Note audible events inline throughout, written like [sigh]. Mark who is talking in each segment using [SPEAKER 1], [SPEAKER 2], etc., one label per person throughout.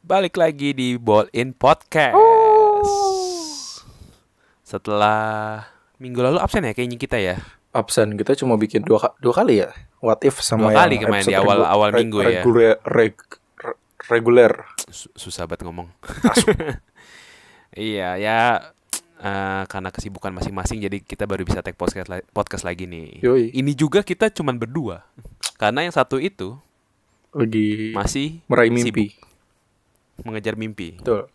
[SPEAKER 1] Balik lagi di Ball In Podcast.
[SPEAKER 2] Oh.
[SPEAKER 1] Setelah minggu lalu absen ya kayaknya kita ya.
[SPEAKER 2] absen kita cuma bikin dua, ka- dua kali ya what if
[SPEAKER 1] Dua
[SPEAKER 2] sama yang
[SPEAKER 1] kali kemarin di
[SPEAKER 2] episode
[SPEAKER 1] awal-
[SPEAKER 2] regu-
[SPEAKER 1] awal
[SPEAKER 2] reg-
[SPEAKER 1] minggu ya.
[SPEAKER 2] regule- reg- re- reguler
[SPEAKER 1] Su- Susah banget ngomong. [laughs] iya, ya eh, karena kesibukan masing-masing jadi kita baru bisa take podcast la- podcast lagi nih.
[SPEAKER 2] Yoi.
[SPEAKER 1] Ini juga kita cuman berdua. Karena yang satu itu
[SPEAKER 2] lagi
[SPEAKER 1] masih
[SPEAKER 2] meraih
[SPEAKER 1] sibuk
[SPEAKER 2] mimpi
[SPEAKER 1] mengejar mimpi.
[SPEAKER 2] betul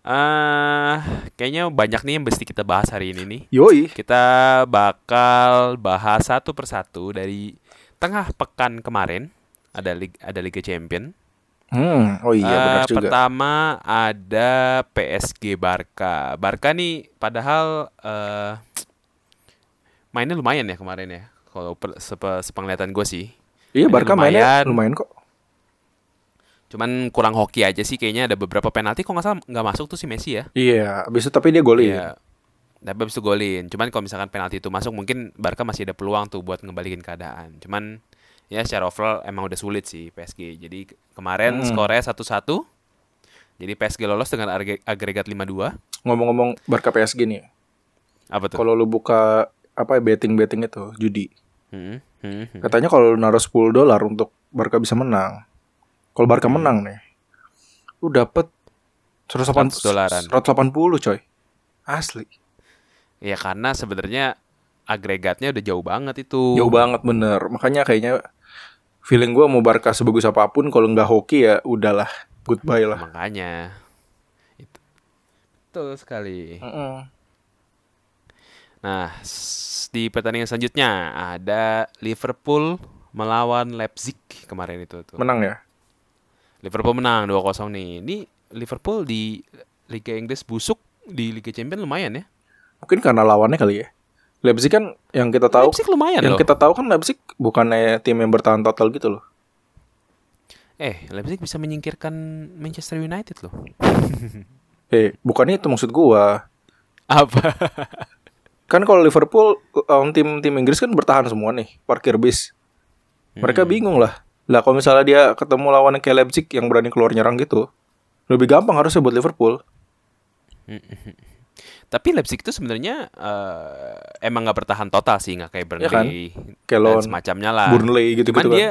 [SPEAKER 1] eh kayaknya banyak nih yang mesti kita bahas hari ini nih.
[SPEAKER 2] yoi
[SPEAKER 1] Kita bakal bahas satu persatu dari tengah pekan kemarin ada lig- ada Liga Champion.
[SPEAKER 2] hmm oh iya
[SPEAKER 1] Eh,
[SPEAKER 2] benar juga
[SPEAKER 1] Pertama ada PSG Barca. Barca nih padahal eh mainnya lumayan ya kemarin ya. Kalau per- sepe- sepenglihatan gue sih.
[SPEAKER 2] iya Barca mainnya
[SPEAKER 1] lumayan.
[SPEAKER 2] lumayan kok
[SPEAKER 1] Cuman kurang hoki aja sih kayaknya ada beberapa penalti kok nggak salah nggak masuk tuh si Messi ya.
[SPEAKER 2] iya abis itu tapi dia golin
[SPEAKER 1] Iya. Tapi habis itu golin. Cuman kalau misalkan penalti itu masuk mungkin Barca masih ada peluang tuh buat ngebalikin keadaan. Cuman ya secara overall emang udah sulit sih PSG. Jadi ke- kemarin
[SPEAKER 2] Mm.
[SPEAKER 1] skornya 1-1. Jadi PSG lolos dengan arge- agregat 5-2.
[SPEAKER 2] ngomong-ngomong Barca PSG nih
[SPEAKER 1] Apa tuh?
[SPEAKER 2] kalau lu buka apa betting betting itu judi
[SPEAKER 1] Hmm, hmm, hmm.
[SPEAKER 2] katanya kalau lu naruh 10 dolar untuk Barca bisa menang kalau Barca
[SPEAKER 1] Hmm.
[SPEAKER 2] menang nih lu dapet 180
[SPEAKER 1] 100 dolaran.
[SPEAKER 2] 180 coy asli
[SPEAKER 1] Ya karena sebenarnya agregatnya udah jauh banget itu.
[SPEAKER 2] Jauh banget bener Makanya kayaknya Feeling gua mau Barca sebagus apapun Kalau nggak hoki ya udahlah Goodbye lah
[SPEAKER 1] Makanya. Itu. Betul sekali. Nah, s- di pertandingan selanjutnya ada Liverpool melawan Leipzig kemarin itu tuh.
[SPEAKER 2] Menang ya
[SPEAKER 1] Liverpool menang 2-0 nih. Ini Liverpool di Liga Inggris busuk, di Liga Champions lumayan ya.
[SPEAKER 2] Mungkin karena lawannya kali ya Leipzig kan yang kita tahu
[SPEAKER 1] Leipzig lumayan loh.
[SPEAKER 2] Yang kita tahu kan Leipzig Bukannya tim yang bertahan total gitu loh
[SPEAKER 1] Eh, Leipzig bisa menyingkirkan Manchester United loh. [laughs]
[SPEAKER 2] Eh bukannya itu maksud gua
[SPEAKER 1] Apa?
[SPEAKER 2] Kan kalau Liverpool um, Tim-tim Inggris kan bertahan semua nih Parkir bis
[SPEAKER 1] Hmm.
[SPEAKER 2] Mereka bingung lah Lah kalau misalnya dia ketemu lawan kayak Leipzig Yang berani keluar nyerang gitu Lebih gampang harusnya buat Liverpool
[SPEAKER 1] Tapi Leipzig itu sebenarnya eh, emang nggak bertahan total sih, nggak kayak
[SPEAKER 2] Ya kan?
[SPEAKER 1] Burnley
[SPEAKER 2] Kayak
[SPEAKER 1] dan
[SPEAKER 2] lawan
[SPEAKER 1] semacamnya lah.
[SPEAKER 2] Burnley gitu-gitu
[SPEAKER 1] Cuman
[SPEAKER 2] kan.
[SPEAKER 1] dia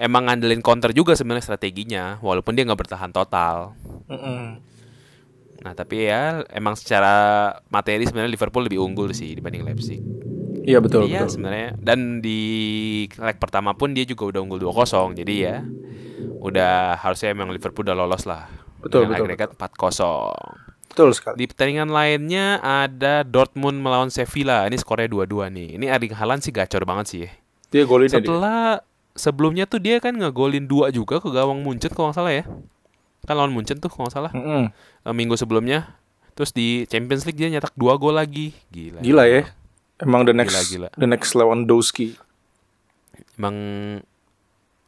[SPEAKER 1] emang ngandelin counter juga sebenarnya strateginya, walaupun dia nggak bertahan total.
[SPEAKER 2] Mm-mm.
[SPEAKER 1] Nah tapi ya emang secara materi sebenarnya Liverpool lebih unggul sih dibanding Leipzig.
[SPEAKER 2] Iya betul
[SPEAKER 1] Iya
[SPEAKER 2] betul.
[SPEAKER 1] sebenarnya dan di leg pertama pun dia juga udah unggul 2-0 jadi ya udah harusnya emang Liverpool udah lolos lah.
[SPEAKER 2] Betul,
[SPEAKER 1] Dengan agregat
[SPEAKER 2] betul,
[SPEAKER 1] 4-0.
[SPEAKER 2] Betul sekali.
[SPEAKER 1] Di pertandingan lainnya ada Dortmund melawan Sevilla. Ini skornya 2-2 nih. Ini Erling Haaland sih gacor banget sih. ya.
[SPEAKER 2] Dia golin ya dia.
[SPEAKER 1] Setelah sebelumnya tuh dia kan ngegolin 2 juga ke gawang Munchen kalau nggak salah ya. Kan lawan Munchen tuh kalau nggak salah.
[SPEAKER 2] Mm-mm.
[SPEAKER 1] Eh, minggu sebelumnya. Terus di Champions League dia nyetak 2 gol lagi. Gila.
[SPEAKER 2] Gila ya. Emang the next
[SPEAKER 1] Gila, gila.
[SPEAKER 2] the next Lewandowski.
[SPEAKER 1] Emang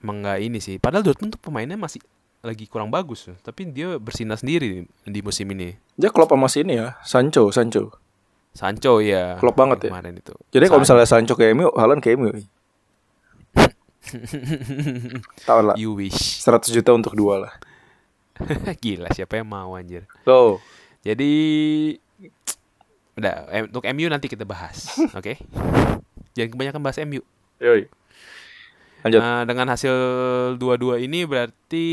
[SPEAKER 1] emang nggak ini sih. Padahal Dortmund tuh pemainnya masih lagi kurang bagus, tuh. tapi dia bersinar sendiri di, di musim ini.
[SPEAKER 2] Dia klop sama si ini ya, Sancho, Sancho.
[SPEAKER 1] Sancho ya.
[SPEAKER 2] Klop banget ya.
[SPEAKER 1] Kemarin itu.
[SPEAKER 2] Jadi kalau
[SPEAKER 1] Sancho.
[SPEAKER 2] misalnya Sancho ke MU, Haaland
[SPEAKER 1] [laughs]
[SPEAKER 2] ke MU. Tahu lah.
[SPEAKER 1] you wish. [laughs]
[SPEAKER 2] 100 juta untuk dua lah.
[SPEAKER 1] Gila siapa yang mau anjir.
[SPEAKER 2] Loh,
[SPEAKER 1] Jadi udah em- untuk MU nanti kita
[SPEAKER 2] [laughs]
[SPEAKER 1] bahas, oke? Jangan kebanyakan bahas MU.
[SPEAKER 2] yoi. Lanjut.
[SPEAKER 1] Eh, dengan hasil 2-2 ini berarti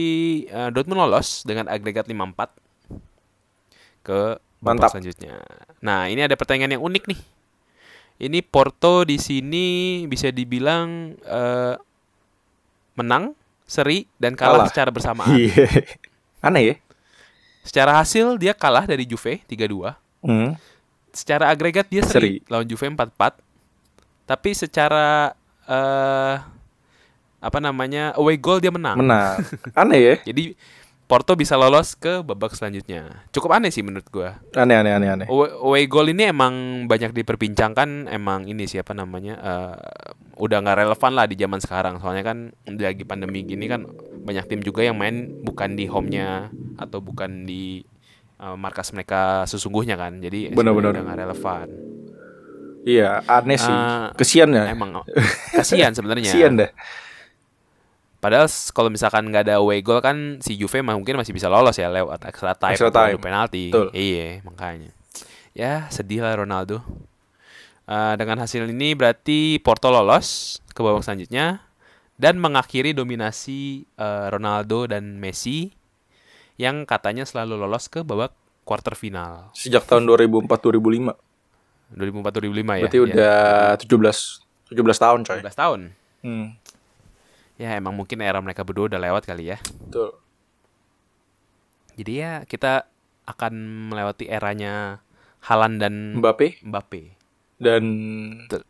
[SPEAKER 1] eh, Dortmund lolos dengan agregat 5-4 ke babak
[SPEAKER 2] Mantap.
[SPEAKER 1] selanjutnya. Nah, ini ada pertandingan yang unik nih. Ini Porto di sini bisa dibilang eh, menang, seri dan kalah,
[SPEAKER 2] Kalah.
[SPEAKER 1] secara bersamaan.
[SPEAKER 2] Iya. [laughs] Aneh ya?
[SPEAKER 1] secara hasil dia kalah dari Juve 3-2.
[SPEAKER 2] Hmm.
[SPEAKER 1] secara agregat dia seri, lawan Juve 4-4. Tapi secara eh apa namanya? away goal dia menang.
[SPEAKER 2] Menang. Aneh ya?
[SPEAKER 1] Jadi Porto bisa lolos ke babak selanjutnya. Cukup aneh sih menurut gua.
[SPEAKER 2] Aneh aneh aneh aneh.
[SPEAKER 1] Away, away goal ini emang banyak diperbincangkan, emang ini siapa namanya? eh, udah nggak relevan lah di zaman sekarang. Soalnya kan lagi pandemi gini kan banyak tim juga yang main bukan di home-nya atau bukan di eh, markas mereka sesungguhnya kan. Jadi sebenarnya
[SPEAKER 2] Benar-benar.
[SPEAKER 1] udah nggak relevan.
[SPEAKER 2] Iya, aneh sih.
[SPEAKER 1] Eh,
[SPEAKER 2] Kesian ya.
[SPEAKER 1] Emang ya. kasihan
[SPEAKER 2] [laughs]
[SPEAKER 1] sebenarnya.
[SPEAKER 2] Kesian dah.
[SPEAKER 1] Padahal s- kalau misalkan nggak ada away goal kan si Juve mah mungkin masih bisa lolos ya lewat extra time,
[SPEAKER 2] Extra
[SPEAKER 1] atau
[SPEAKER 2] time.
[SPEAKER 1] adu penalti.
[SPEAKER 2] Betul.
[SPEAKER 1] Iya, makanya. Ya, sedih lah Ronaldo. Eh, dengan hasil ini berarti Porto lolos ke babak selanjutnya dan mengakhiri dominasi eh, Ronaldo dan Messi yang katanya selalu lolos ke babak quarter final
[SPEAKER 2] Sejak tahun 2004 2005.
[SPEAKER 1] 2004-2005 ya.
[SPEAKER 2] Berarti
[SPEAKER 1] Ya,
[SPEAKER 2] udah 17 17 tahun, coy.
[SPEAKER 1] 17 tahun.
[SPEAKER 2] Hmm.
[SPEAKER 1] Ya emang mungkin era mereka berdua udah lewat kali ya.
[SPEAKER 2] Betul.
[SPEAKER 1] Jadi ya kita akan melewati eranya Halan dan
[SPEAKER 2] Mbappe
[SPEAKER 1] Mbappe.
[SPEAKER 2] dan
[SPEAKER 1] Betul.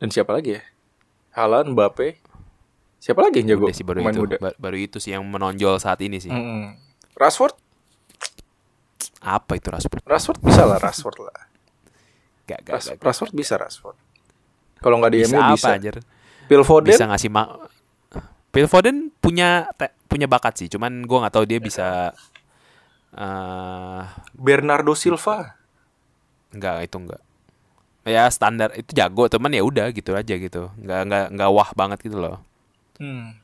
[SPEAKER 2] dan siapa lagi ya? Haaland, Mbappe. Siapa lagi yang jago?
[SPEAKER 1] Udah sih baru
[SPEAKER 2] Ya, pemain
[SPEAKER 1] itu.
[SPEAKER 2] muda. Hmm.
[SPEAKER 1] Ba- baru itu sih yang menonjol saat ini sih.
[SPEAKER 2] Mm-mm. Rashford,
[SPEAKER 1] Apa itu Rashford?
[SPEAKER 2] Rashford bisa lah, Rashford
[SPEAKER 1] [laughs]
[SPEAKER 2] lah.
[SPEAKER 1] Gak, gak,
[SPEAKER 2] Ras-
[SPEAKER 1] gak.
[SPEAKER 2] Rashford bisa Rashford. Kalau nggak di
[SPEAKER 1] Bisa
[SPEAKER 2] MU
[SPEAKER 1] apa
[SPEAKER 2] bisa.
[SPEAKER 1] anjir?
[SPEAKER 2] Phil Foden,
[SPEAKER 1] Bisa ngasih mak Phil Foden punya te- punya bakat sih, cuman gua nggak tahu dia bisa eh
[SPEAKER 2] Bernardo Silva.
[SPEAKER 1] nggak itu nggak ya standar itu jago teman ya udah gitu aja gitu nggak nggak nggak wah banget gitu loh
[SPEAKER 2] Hmm.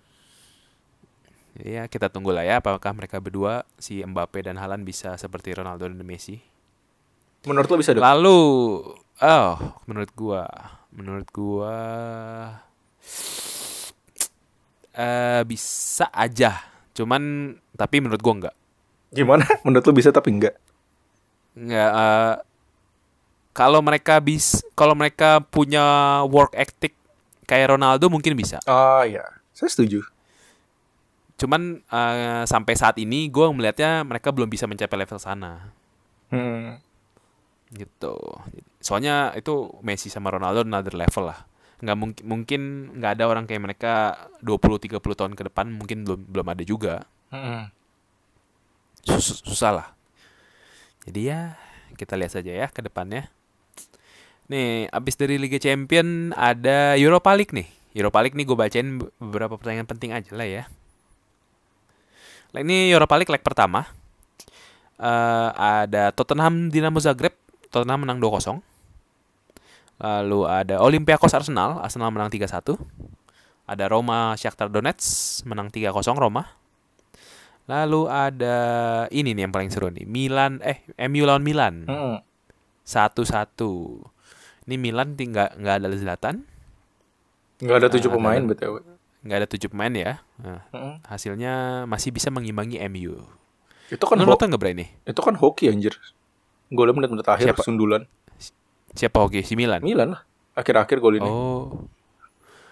[SPEAKER 1] Jadi ya kita tunggu lah ya apakah mereka berdua si Mbappe dan Haaland bisa seperti Ronaldo dan Messi.
[SPEAKER 2] Menurut lo bisa dong?
[SPEAKER 1] Lalu oh menurut gua menurut gua eh bisa aja. Cuman tapi menurut gua enggak.
[SPEAKER 2] Gimana? [laughs] Menurut lo bisa tapi enggak.
[SPEAKER 1] Enggak eh, kalau mereka bis kalau mereka punya work ethic kayak Ronaldo mungkin bisa.
[SPEAKER 2] Ah ya, saya setuju.
[SPEAKER 1] Cuman eh, sampai saat ini gua melihatnya mereka belum bisa mencapai level sana.
[SPEAKER 2] Hmm.
[SPEAKER 1] gitu soalnya itu Messi sama Ronaldo another level lah nggak mungkin mungkin nggak ada orang kayak mereka 20-30 tahun ke depan mungkin belum belum ada juga
[SPEAKER 2] Hmm.
[SPEAKER 1] Sus- susah lah jadi ya kita lihat saja ya ke depannya nih abis dari Liga Champion ada Europa League nih Europa League nih gue bacain be- beberapa pertandingan penting aja lah ya Nah, ini Europa League leg pertama Eh, ada Tottenham Dinamo Zagreb Tottenham menang 2-0 lalu ada Olympiakos Arsenal Arsenal menang 3-1 ada Roma Shakhtar Donetsk menang 3-0 Roma lalu ada ini nih yang paling seru nih Milan eh MU lawan Milan
[SPEAKER 2] Hmm.
[SPEAKER 1] satu-satu. Ini Milan tinggal nggak ada Zlatan,
[SPEAKER 2] Nggak ada tujuh
[SPEAKER 1] Ah, ada
[SPEAKER 2] pemain
[SPEAKER 1] lah.
[SPEAKER 2] btw.
[SPEAKER 1] nggak ada tujuh pemain ya. Nah,
[SPEAKER 2] Mm-mm.
[SPEAKER 1] hasilnya masih bisa mengimbangi MU.
[SPEAKER 2] Itu kan
[SPEAKER 1] Kan
[SPEAKER 2] ho-
[SPEAKER 1] Menurut lo nggak berani?
[SPEAKER 2] itu kan hoki anjir. Golnya menit-menit akhir
[SPEAKER 1] Siapa?
[SPEAKER 2] sundulan.
[SPEAKER 1] Siapa Hoki? Si Milan.
[SPEAKER 2] Milan lah. Akhir-akhir gol ini.
[SPEAKER 1] Oh,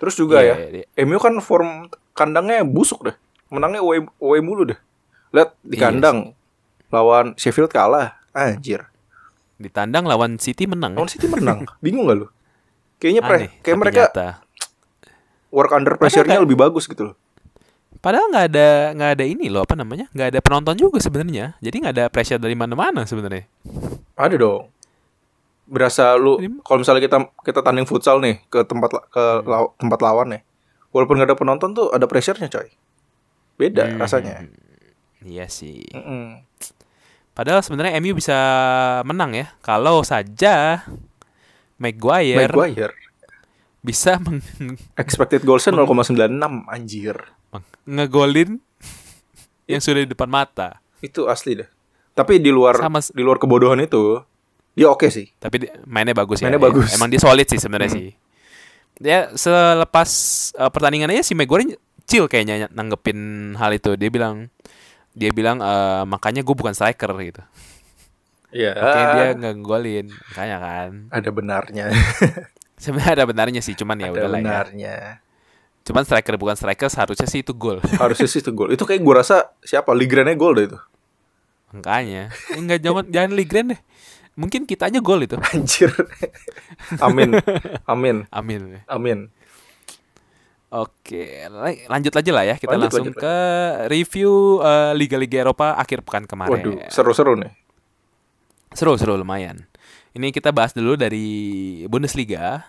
[SPEAKER 2] Terus juga
[SPEAKER 1] iya,
[SPEAKER 2] ya.
[SPEAKER 1] iya, iya.
[SPEAKER 2] MU kan form kandangnya busuk deh. Menangnya away, away mulu deh. Lihat di
[SPEAKER 1] Iya
[SPEAKER 2] kandang lawan Sheffield kalah. Anjir.
[SPEAKER 1] Ditandang lawan ya? City menang.
[SPEAKER 2] Lawan City
[SPEAKER 1] [laughs]
[SPEAKER 2] menang. Bingung gak lu? Kayaknya pre-
[SPEAKER 1] Aneh,
[SPEAKER 2] kayak
[SPEAKER 1] tapi
[SPEAKER 2] mereka
[SPEAKER 1] nyata.
[SPEAKER 2] work under pressure-nya lebih bagus gitu loh.
[SPEAKER 1] Padahal nggak ada nggak ada ini loh apa namanya? Nggak ada penonton juga sebenarnya. Jadi nggak ada pressure dari mana-mana sebenarnya.
[SPEAKER 2] Ada dong. Berasa lu
[SPEAKER 1] Jadi-
[SPEAKER 2] kalau misalnya kita kita tanding futsal nih ke tempat la- ke
[SPEAKER 1] Iya.
[SPEAKER 2] law- tempat lawan nih. Walaupun gak ada penonton tuh ada pressure-nya, coy. Beda
[SPEAKER 1] Hmm.
[SPEAKER 2] rasanya.
[SPEAKER 1] Iya sih.
[SPEAKER 2] Mm-mm.
[SPEAKER 1] Padahal sebenarnya MU bisa menang ya kalau saja Maguire,
[SPEAKER 2] Maguire
[SPEAKER 1] bisa meng-
[SPEAKER 2] expected goals-nya 0,96 anjir.
[SPEAKER 1] Bang, ngegolin [laughs] yang sudah di depan mata.
[SPEAKER 2] Itu asli dah. Tapi di luar
[SPEAKER 1] Sama s-
[SPEAKER 2] di luar kebodohan itu dia oke sih.
[SPEAKER 1] Tapi di- mainnya bagus Hmm. ya.
[SPEAKER 2] Mainnya bagus.
[SPEAKER 1] Emang dia solid sih sebenarnya sih. Ya selepas eh, pertandingan aja si Maguire chill kayaknya ny- nanggepin hal itu. Dia bilang dia bilang eh, makanya gue bukan striker gitu.
[SPEAKER 2] Iya.
[SPEAKER 1] Makanya dia ngegolin. Makanya kan.
[SPEAKER 2] Ada
[SPEAKER 1] [laughs]
[SPEAKER 2] benarnya.
[SPEAKER 1] Sebenarnya ada benarnya sih, cuman ya
[SPEAKER 2] ada
[SPEAKER 1] udahlah ya.
[SPEAKER 2] benarnya.
[SPEAKER 1] Cuman striker bukan striker seharusnya sih itu gol. [laughs]
[SPEAKER 2] Harusnya sih itu gol. Itu kayak gue rasa siapa? Ligrennya gol deh itu. [laughs]
[SPEAKER 1] Makanya. Enggak jangan jangan Ligren deh. Mungkin kita aja gol itu. [laughs]
[SPEAKER 2] Anjir. Amin. Amin.
[SPEAKER 1] Amin.
[SPEAKER 2] Amin.
[SPEAKER 1] Oke, la- lanjut aja lah ya. Kita
[SPEAKER 2] Lanjut,
[SPEAKER 1] langsung
[SPEAKER 2] lanjut,
[SPEAKER 1] ke review eh, liga-liga Eropa akhir pekan kemarin.
[SPEAKER 2] Waduh, seru-seru nih.
[SPEAKER 1] Seru, seru lumayan. Ini kita bahas dulu dari Bundesliga.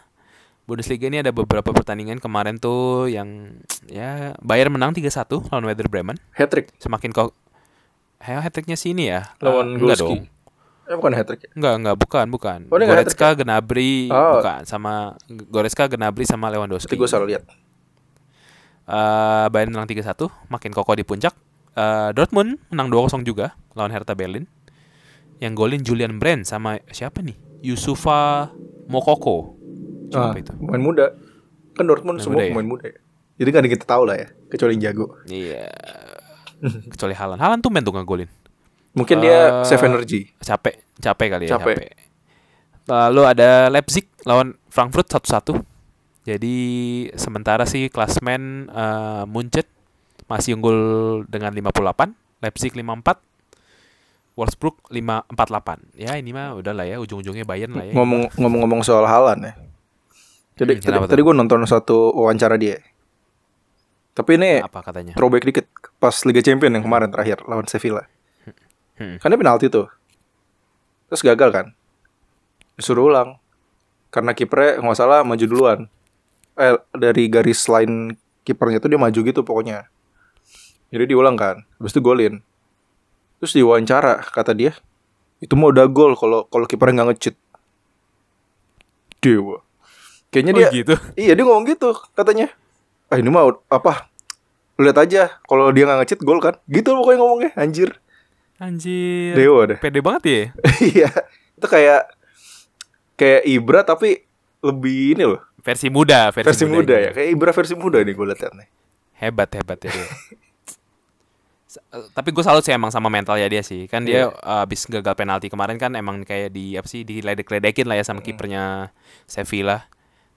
[SPEAKER 1] Bundesliga ini ada beberapa pertandingan kemarin tuh yang ya Bayern menang 3-1 lawan Werder Bremen.
[SPEAKER 2] Hat trick.
[SPEAKER 1] Semakin kok hat-tricknya sini ya? Eh,
[SPEAKER 2] Lawan
[SPEAKER 1] enggak
[SPEAKER 2] Gulski.
[SPEAKER 1] dong.
[SPEAKER 2] Eh, bukan hat trick.
[SPEAKER 1] Enggak, enggak, bukan, bukan.
[SPEAKER 2] Oh, ini nggak
[SPEAKER 1] Goretzka, Gnabry,
[SPEAKER 2] Oh.
[SPEAKER 1] bukan sama Goretzka, Gnabry sama Lewandowski.
[SPEAKER 2] Tapi gue salah lihat.
[SPEAKER 1] Eh, Bayern menang 3-1, makin kokoh di puncak. Eh, Dortmund menang 2-0 juga lawan Hertha Berlin. Yang golin Julian Brand sama siapa nih? Yusufa Mokoko.
[SPEAKER 2] Ah,
[SPEAKER 1] Siapa itu?
[SPEAKER 2] pemain muda. Kan Dortmund
[SPEAKER 1] Pemain
[SPEAKER 2] semua
[SPEAKER 1] muda ya?
[SPEAKER 2] pemain muda ya. Jadi kan kita tahu lah ya, kecuali yang jago.
[SPEAKER 1] Iya. Kecuali Halan. Halan tuh main tuh ngegolin.
[SPEAKER 2] Mungkin
[SPEAKER 1] Eh,
[SPEAKER 2] dia save energy.
[SPEAKER 1] Capek, capek kali ya,
[SPEAKER 2] Capek.
[SPEAKER 1] capek. Lalu ada Leipzig lawan Frankfurt 1-1. Jadi sementara sih klasmen eh, Munchen masih unggul dengan 58, Leipzig 54, Wolfsburg 548. Ya ini mah udah lah ya ujung-ujungnya Bayern lah ya.
[SPEAKER 2] Ngomong ngomong-ngomong soal Halan ya. Jadi
[SPEAKER 1] Hmm,
[SPEAKER 2] tadi,
[SPEAKER 1] kenapa tuh?
[SPEAKER 2] tadi gue nonton satu wawancara dia. Tapi ini
[SPEAKER 1] Apa katanya?
[SPEAKER 2] throwback dikit pas Liga Champion yang kemarin terakhir lawan Sevilla.
[SPEAKER 1] Hmm.
[SPEAKER 2] Karena penalti tuh. Terus gagal kan? Disuruh ulang. Karena kipernya nggak salah maju duluan. Eh dari garis line kipernya tuh dia maju gitu pokoknya. Jadi diulang kan. Habis itu golin. Terus diwawancara kata dia, itu mau udah gol kalau kalau kipernya nggak ngecheat. Dewa. Kayaknya
[SPEAKER 1] Oh,
[SPEAKER 2] dia
[SPEAKER 1] gitu.
[SPEAKER 2] [laughs] Iya dia ngomong gitu katanya. Ah ini mah apa? Lu lihat aja kalau dia nggak ngecit gol kan. Gitu pokoknya ngomongnya anjir.
[SPEAKER 1] Anjir.
[SPEAKER 2] Dewa deh. [laughs]
[SPEAKER 1] Pede banget ya.
[SPEAKER 2] Iya. itu kayak kayak Ibra tapi lebih ini loh
[SPEAKER 1] Versi muda, versi,
[SPEAKER 2] versi muda,
[SPEAKER 1] ini.
[SPEAKER 2] ya kayak Ibra versi muda nih gue lihat nih
[SPEAKER 1] hebat hebat ya [laughs] dia. S- eh, tapi gue salut sih emang sama mentalnya dia sih kan dia
[SPEAKER 2] Iya.
[SPEAKER 1] eh, abis gagal penalti kemarin kan emang kayak di apa sih diledek-ledekin lah ya
[SPEAKER 2] Hmm.
[SPEAKER 1] sama kipernya Sevilla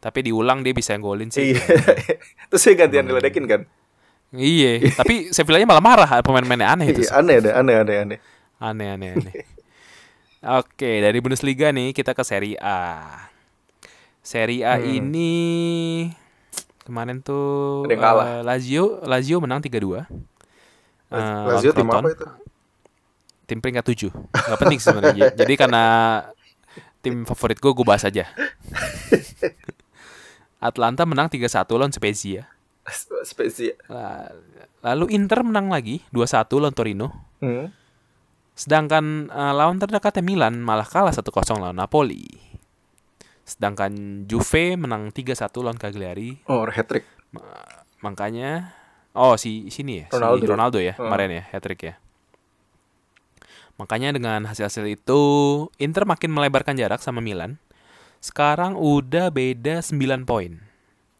[SPEAKER 1] tapi diulang dia bisa golin sih
[SPEAKER 2] iya [laughs] terus dia gantian ngeledekin kan
[SPEAKER 1] iya tapi Sevillanya malah marah ah, pemain-pemainnya aneh itu
[SPEAKER 2] iya, aneh deh aneh aneh aneh
[SPEAKER 1] aneh aneh aneh oke dari Bundesliga nih kita ke Serie A Serie A ini kemarin tuh
[SPEAKER 2] Hmm. Ada yang kalah.
[SPEAKER 1] eh, Lazio Lazio menang 3-2 Eh, lawan
[SPEAKER 2] Lazio tim
[SPEAKER 1] Croton.
[SPEAKER 2] apa itu [laughs]
[SPEAKER 1] tim peringkat 7 nggak penting sih sebenarnya Ji. jadi karena tim favorit gue gue bahas aja Atlanta menang 3-1 lawan Spezia
[SPEAKER 2] spesies
[SPEAKER 1] La- lalu Inter menang lagi 2-1 lawan Torino
[SPEAKER 2] hmm.
[SPEAKER 1] sedangkan eh, lawan terdekatnya Milan malah kalah 1-0 lawan Napoli sedangkan Juve menang 3-1 lawan Cagliari
[SPEAKER 2] oh hat trick
[SPEAKER 1] Ma- makanya oh si sini ya si
[SPEAKER 2] Ronaldo.
[SPEAKER 1] Ronaldo ya
[SPEAKER 2] Hmm.
[SPEAKER 1] kemarin ya hat trick ya makanya dengan hasil-hasil itu Inter makin melebarkan jarak sama Milan sekarang udah beda 9 poin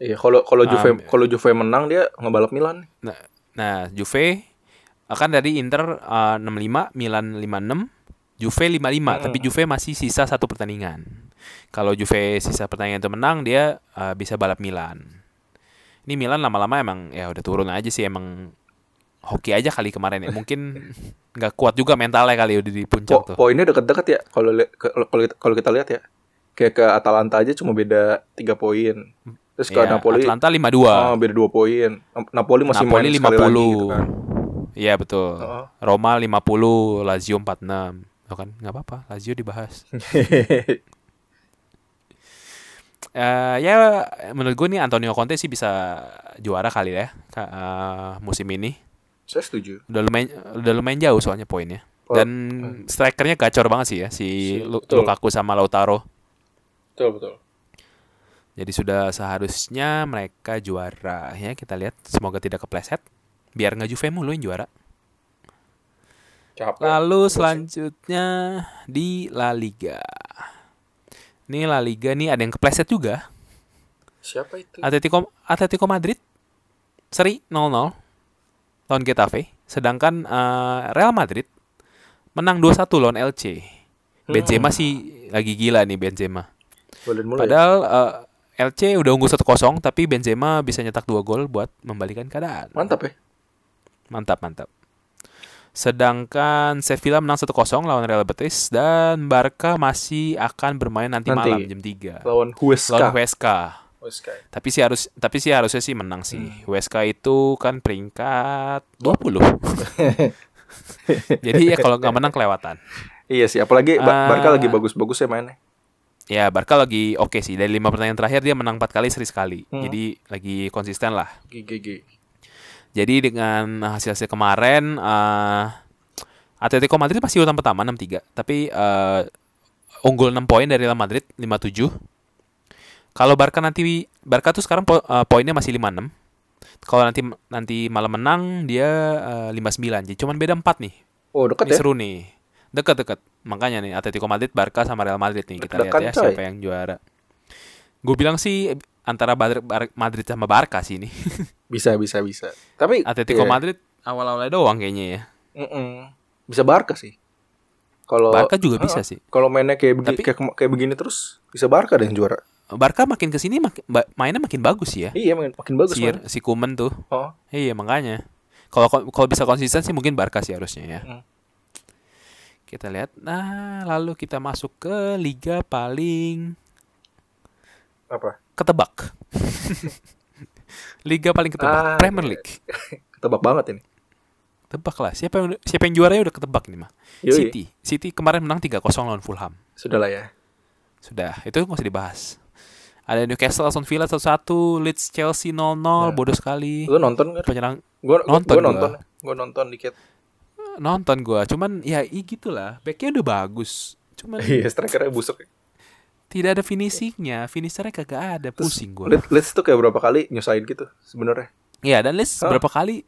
[SPEAKER 2] iya kalau kalau Juve
[SPEAKER 1] Um,
[SPEAKER 2] kalau Juve menang dia ngebalap Milan
[SPEAKER 1] nah, nah Juve akan dari Inter eh, 65 Milan 56 Juve 55
[SPEAKER 2] Hmm.
[SPEAKER 1] tapi Juve masih sisa satu pertandingan kalau Juve sisa pertandingan itu menang dia eh, bisa balap Milan ini Milan lama-lama emang ya udah turun aja sih emang hoki aja kali kemarin ya
[SPEAKER 2] [laughs]
[SPEAKER 1] mungkin nggak kuat juga mentalnya kali ya, udah di puncak
[SPEAKER 2] Po-
[SPEAKER 1] tuh
[SPEAKER 2] poinnya deket-deket ya kalau li- ke- kalau kita, kalau kita lihat ya kayak ke Atalanta aja cuma beda tiga poin terus ke
[SPEAKER 1] Ya,
[SPEAKER 2] Napoli
[SPEAKER 1] Atlanta 52
[SPEAKER 2] oh, beda dua poin Nap- Napoli masih
[SPEAKER 1] Napoli
[SPEAKER 2] main
[SPEAKER 1] 50
[SPEAKER 2] sekali lagi gitu [laughs] kan. Uh-huh.
[SPEAKER 1] Iya betul
[SPEAKER 2] Heeh.
[SPEAKER 1] Roma 50 Lazio 46 Loh kan nggak apa-apa Lazio dibahas Eh, ya menurut gue nih Antonio Conte sih bisa juara kali ya ka- eh, musim ini
[SPEAKER 2] saya setuju
[SPEAKER 1] udah lumayan udah lumayan jauh soalnya poinnya
[SPEAKER 2] Oh,
[SPEAKER 1] dan strikernya gacor banget sih ya si
[SPEAKER 2] Si-
[SPEAKER 1] Lu-
[SPEAKER 2] betul.
[SPEAKER 1] Lukaku sama Lautaro
[SPEAKER 2] betul betul
[SPEAKER 1] jadi sudah seharusnya mereka juara ya kita lihat semoga tidak kepleset biar nggak Juve mulu yang juara
[SPEAKER 2] capek
[SPEAKER 1] lalu selanjutnya di La Liga ini La Liga nih ada yang kepleset juga
[SPEAKER 2] siapa itu
[SPEAKER 1] Atletico Atletico Madrid seri 0-0 lawan Getafe, sedangkan eh, Real Madrid menang 2-1 lawan LC.
[SPEAKER 2] Hmm.
[SPEAKER 1] Benzema sih lagi gila nih Benzema.
[SPEAKER 2] Golden mulai ya?
[SPEAKER 1] Padahal eh, LC udah unggul 1-0 tapi Benzema bisa nyetak 2 gol buat membalikan keadaan.
[SPEAKER 2] mantap ya
[SPEAKER 1] Mantap, mantap. Sedangkan Sevilla menang 1-0 lawan Real Betis dan Barca masih akan bermain nanti,
[SPEAKER 2] Nanti.
[SPEAKER 1] malam jam 3
[SPEAKER 2] lawan
[SPEAKER 1] lawan
[SPEAKER 2] Huesca
[SPEAKER 1] Huesca.
[SPEAKER 2] Huesca
[SPEAKER 1] Tapi sih harus tapi sih harusnya sih menang sih. Huesca itu kan peringkat 20. Jadi ya kalau nggak menang kelewatan.
[SPEAKER 2] iya sih apalagi
[SPEAKER 1] Ah.
[SPEAKER 2] Ba- Barca lagi bagus-bagusnya mainnya
[SPEAKER 1] Ya Barca lagi oke sih. Dari lima pertandingan terakhir dia menang 4 kali seri sekali. Jadi lagi konsisten lah.
[SPEAKER 2] GGG
[SPEAKER 1] Jadi dengan hasil-hasil kemarin eh, Atletico Madrid masih urutan pertama 63, tapi eh, unggul 6 poin dari Real Madrid 57. Kalau Barca nanti Barca tuh sekarang po- eh, poinnya masih 56. Kalau nanti nanti malam menang dia eh, 59. Jadi cuman beda 4 nih.
[SPEAKER 2] Oh deket
[SPEAKER 1] Ini
[SPEAKER 2] ya.
[SPEAKER 1] seru nih. Dekat-dekat. Makanya nih Atletico Madrid, Barca sama Real Madrid nih kita lihat
[SPEAKER 2] Deg-degan,
[SPEAKER 1] ya
[SPEAKER 2] coy.
[SPEAKER 1] siapa yang juara. Gue bilang sih antara Bar- Bar- Madrid sama Barca sih ini. [laughs]
[SPEAKER 2] Bisa bisa bisa. Tapi
[SPEAKER 1] Atletico
[SPEAKER 2] iya.
[SPEAKER 1] Madrid awal-awalnya doang kayaknya ya.
[SPEAKER 2] Mm-mm. Bisa Barca sih. Kalau
[SPEAKER 1] Barca juga bisa
[SPEAKER 2] Ah,
[SPEAKER 1] sih.
[SPEAKER 2] Kalau mainnya kayak begi-
[SPEAKER 1] Tapi-
[SPEAKER 2] kayak, kema- kayak begini terus bisa Barca deh yang juara.
[SPEAKER 1] Barca makin ke sini mak- ba- mainnya makin bagus sih ya.
[SPEAKER 2] Iya makin, makin bagus
[SPEAKER 1] Si,
[SPEAKER 2] man.
[SPEAKER 1] si Kuman tuh.
[SPEAKER 2] Oh,
[SPEAKER 1] Iya, makanya. Kalau kalau bisa konsisten sih mungkin Barca sih harusnya ya.
[SPEAKER 2] Mm.
[SPEAKER 1] Kita lihat. Nah, lalu kita masuk ke liga paling
[SPEAKER 2] apa? [laughs]
[SPEAKER 1] ketebak. [laughs] liga paling ketebak,
[SPEAKER 2] Ah,
[SPEAKER 1] Premier
[SPEAKER 2] iya.
[SPEAKER 1] League.
[SPEAKER 2] Ketebak banget ini.
[SPEAKER 1] Tebak lah, siapa yang siapa yang juaranya udah ketebak nih mah.
[SPEAKER 2] Yoi.
[SPEAKER 1] City. City kemarin menang 3-0 lawan Fulham.
[SPEAKER 2] Sudahlah ya.
[SPEAKER 1] Sudah, itu nggak usah dibahas. Ada Newcastle, Aston Villa 1-1, Leeds, Chelsea 0-0,
[SPEAKER 2] Nah.
[SPEAKER 1] bodoh sekali.
[SPEAKER 2] Lu nonton kan?
[SPEAKER 1] Penyerang
[SPEAKER 2] Gua gua
[SPEAKER 1] Iya. nonton
[SPEAKER 2] nonton. Gua
[SPEAKER 1] gua.
[SPEAKER 2] nonton, gua nonton dikit. [laughs]
[SPEAKER 1] nonton gua, cuman ya i gitulah. Backnya udah bagus, cuman
[SPEAKER 2] [laughs] Iya, strikernya busuk.
[SPEAKER 1] tidak ada finishingnya, finishernya kagak ada, pusing gua.
[SPEAKER 2] Leeds, Leeds tuh kayak berapa kali nyusahin gitu sebenarnya.
[SPEAKER 1] Iya, dan Leeds
[SPEAKER 2] Hah?
[SPEAKER 1] berapa kali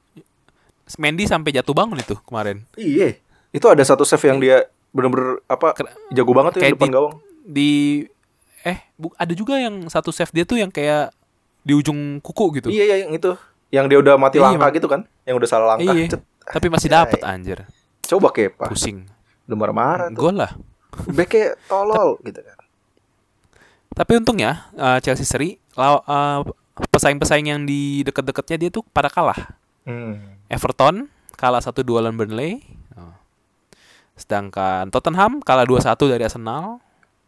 [SPEAKER 1] Mendy sampai jatuh bangun itu kemarin.
[SPEAKER 2] Iya. Itu ada satu save yang dia bener-bener apa
[SPEAKER 1] Ker-
[SPEAKER 2] jago banget tuh yang
[SPEAKER 1] kayak
[SPEAKER 2] depan
[SPEAKER 1] di-
[SPEAKER 2] gawang.
[SPEAKER 1] Di eh bu- ada juga yang satu save dia tuh yang kayak di ujung kuku gitu.
[SPEAKER 2] Iya, iya yang itu. Yang dia udah mati
[SPEAKER 1] Iya,
[SPEAKER 2] langkah
[SPEAKER 1] Bang.
[SPEAKER 2] gitu kan? Yang udah salah langkah.
[SPEAKER 1] Iya.
[SPEAKER 2] Cet. iya.
[SPEAKER 1] Tapi masih dapat anjir.
[SPEAKER 2] Coba Kepa.
[SPEAKER 1] Pusing.
[SPEAKER 2] Udah marah-marah tuh.
[SPEAKER 1] Gol lah.
[SPEAKER 2] Beke tolol gitu kan.
[SPEAKER 1] Tapi untungnya eh, Chelsea seri law- eh, pesaing-pesaing yang di deket-deketnya dia tuh pada kalah.
[SPEAKER 2] Hmm.
[SPEAKER 1] Everton kalah 1-2 lawan Burnley. Oh. Sedangkan Tottenham kalah 2-1 dari Arsenal.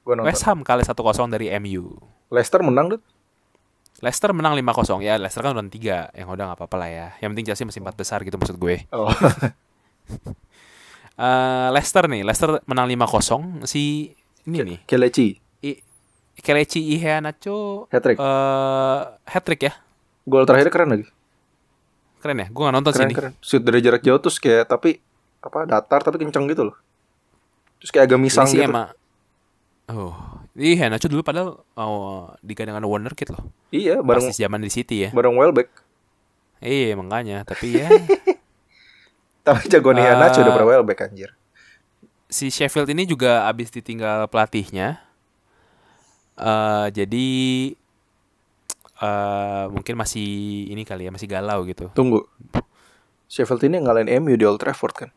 [SPEAKER 2] Gua nonton.
[SPEAKER 1] West Ham kalah 1-0 dari MU.
[SPEAKER 2] Leicester menang tuh.
[SPEAKER 1] Leicester menang 5-0. Ya, Leicester kan urutan 3. Yang udah nggak apa-apa lah ya. Yang penting Chelsea masih 4 besar gitu maksud gue.
[SPEAKER 2] [laughs] Oh.
[SPEAKER 1] Eh, Leicester nih, Leicester menang 5-0. Si ini nih.
[SPEAKER 2] Keleci.
[SPEAKER 1] I Kelechi Iheanacho
[SPEAKER 2] Hat-trick.
[SPEAKER 1] eh, hat-trick ya.
[SPEAKER 2] Gol terakhir keren lagi.
[SPEAKER 1] Keren ya? Gua gak nonton
[SPEAKER 2] Keren
[SPEAKER 1] sini.
[SPEAKER 2] keren. Shoot dari jarak jauh terus kayak tapi apa datar tapi kenceng gitu loh. Terus kayak agak
[SPEAKER 1] Ini
[SPEAKER 2] misang
[SPEAKER 1] sih
[SPEAKER 2] gitu.
[SPEAKER 1] emang Oh, Iheanacho dulu padahal oh, digadang Wonder Kid loh.
[SPEAKER 2] Iya, bareng
[SPEAKER 1] Pas zaman di City ya.
[SPEAKER 2] bareng Welbeck.
[SPEAKER 1] Iya, makanya. Tapi
[SPEAKER 2] [laughs]
[SPEAKER 1] ya
[SPEAKER 2] Tapi [laughs] jagoan
[SPEAKER 1] Ah.
[SPEAKER 2] uh, Nacho udah pernah Welbeck anjir.
[SPEAKER 1] si Sheffield ini juga abis ditinggal pelatihnya. Eh jadi eh mungkin masih ini kali ya, masih galau gitu.
[SPEAKER 2] Tunggu. Sheffield ini ngalahin MU di Old Trafford kan?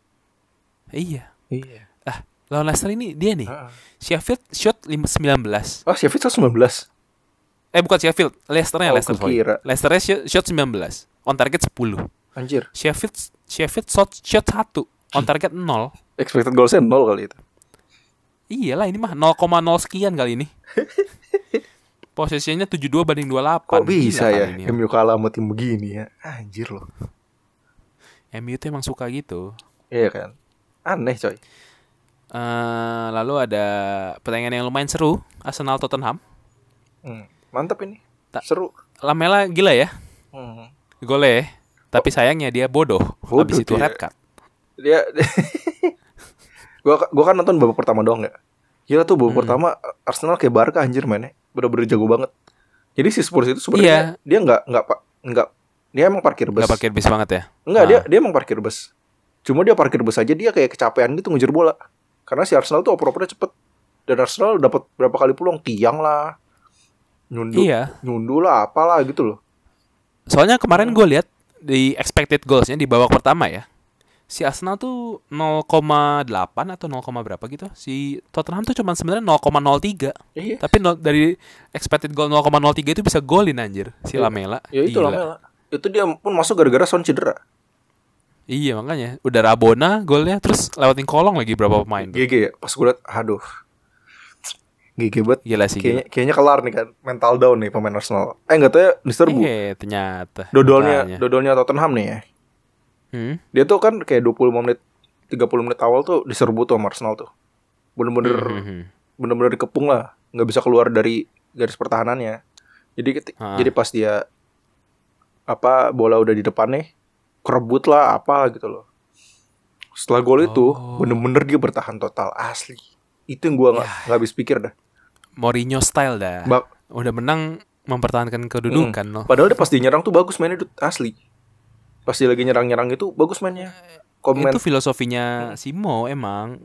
[SPEAKER 1] Iya.
[SPEAKER 2] Iya.
[SPEAKER 1] Ah, lawan Leicester ini dia nih.
[SPEAKER 2] Ah,
[SPEAKER 1] Sheffield shot 5- 19.
[SPEAKER 2] Ah, Sheffield 119.
[SPEAKER 1] Eh bukan Sheffield, Leicesternya
[SPEAKER 2] Oh,
[SPEAKER 1] Leicester. sorry.
[SPEAKER 2] kukira.
[SPEAKER 1] Leicesternya shot- shot 19, on target 10.
[SPEAKER 2] Anjir.
[SPEAKER 1] Sheffield Sheffield shot shot 1, on target 0.
[SPEAKER 2] Expected goalsnya nol kali itu.
[SPEAKER 1] Iyalah ini mah 0,0 sekian
[SPEAKER 2] [laughs]
[SPEAKER 1] kali ini. Posisinya 72 banding 28.
[SPEAKER 2] Kok
[SPEAKER 1] Gila
[SPEAKER 2] bisa
[SPEAKER 1] kan
[SPEAKER 2] ya
[SPEAKER 1] ini.
[SPEAKER 2] MU kalah sama tim begini ya? Anjir loh.
[SPEAKER 1] MU tuh emang suka gitu.
[SPEAKER 2] Iya kan? Aneh coy.
[SPEAKER 1] Eh, lalu ada pertandingan yang lumayan seru, Arsenal Tottenham.
[SPEAKER 2] Hmm. Mantap ini.
[SPEAKER 1] Ta-
[SPEAKER 2] Seru.
[SPEAKER 1] Lamela gila ya,
[SPEAKER 2] Hmm.
[SPEAKER 1] golnya. ya. Tapi sayangnya dia bodoh.
[SPEAKER 2] Bodoh
[SPEAKER 1] Habis itu
[SPEAKER 2] dia.
[SPEAKER 1] red card.
[SPEAKER 2] Dia [laughs] gua gua kan nonton babak pertama doang ya. Gila tuh babak pertama Arsenal kayak Barca anjir mainnya. Bener-bener jago banget. Jadi si Spurs itu sebenarnya dia nggak nggak pa- nggak dia emang parkir bus.
[SPEAKER 1] Gak pakai bis banget ya.
[SPEAKER 2] Enggak,
[SPEAKER 1] Ah.
[SPEAKER 2] dia dia emang parkir bus. Cuma dia parkir bus aja dia kayak kecapean gitu ngejar bola. Karena si Arsenal tuh oper-opernya cepet. Dan Arsenal dapat berapa kali peluang tiang lah. Nyundu,
[SPEAKER 1] Iya.
[SPEAKER 2] nyundu lah apalah gitu loh.
[SPEAKER 1] Soalnya
[SPEAKER 2] Hmm.
[SPEAKER 1] kemarin gue lihat di expected goalsnya di babak pertama ya. Si Arsenal tuh 0,8 atau 0, berapa gitu. Si Tottenham tuh cuman sebenarnya 0,03.
[SPEAKER 2] Iya.
[SPEAKER 1] Tapi no- dari expected goal 0,03 itu bisa golin anjir si
[SPEAKER 2] Iya.
[SPEAKER 1] Lamela.
[SPEAKER 2] Ya itu
[SPEAKER 1] Gila.
[SPEAKER 2] Lamela. Itu dia pun masuk gara-gara Son cedera.
[SPEAKER 1] Iya makanya. Udah Rabona golnya terus lewatin kolong lagi berapa pemain. tuh.
[SPEAKER 2] GG ya. Pas gue liat, aduh. GG banget.
[SPEAKER 1] Gila Iya sih.
[SPEAKER 2] Kayaknya,
[SPEAKER 1] Gila.
[SPEAKER 2] kayaknya kelar nih kan. Mental down nih pemain Arsenal. Eh nggak tahu ya diserbu.
[SPEAKER 1] Eh ternyata.
[SPEAKER 2] Dodolnya,
[SPEAKER 1] Makanya.
[SPEAKER 2] dodolnya Tottenham nih ya.
[SPEAKER 1] Hmm?
[SPEAKER 2] Dia tuh kan kayak 25 menit 30 menit awal tuh diserbu tuh sama Arsenal tuh. Bener-bener
[SPEAKER 1] Hmm, hmm,
[SPEAKER 2] bener-bener dikepung lah nggak bisa keluar dari garis pertahanannya jadi keti-
[SPEAKER 1] Ah.
[SPEAKER 2] jadi pas dia apa bola udah di depan nih kerebut lah apa gitu loh Setelah gol itu
[SPEAKER 1] Oh.
[SPEAKER 2] bener-bener dia bertahan total asli. Itu yang gua nggak
[SPEAKER 1] Ya,
[SPEAKER 2] nggak habis pikir dah.
[SPEAKER 1] Mourinho style dah.
[SPEAKER 2] Ba- Hmm.
[SPEAKER 1] Udah menang mempertahankan kedudukan loh.
[SPEAKER 2] Padahal dia pas dia nyerang tuh bagus mainnya Dut, asli. Pas dia lagi nyerang-nyerang itu bagus mainnya. Komen
[SPEAKER 1] Eh, Itu filosofinya Simo emang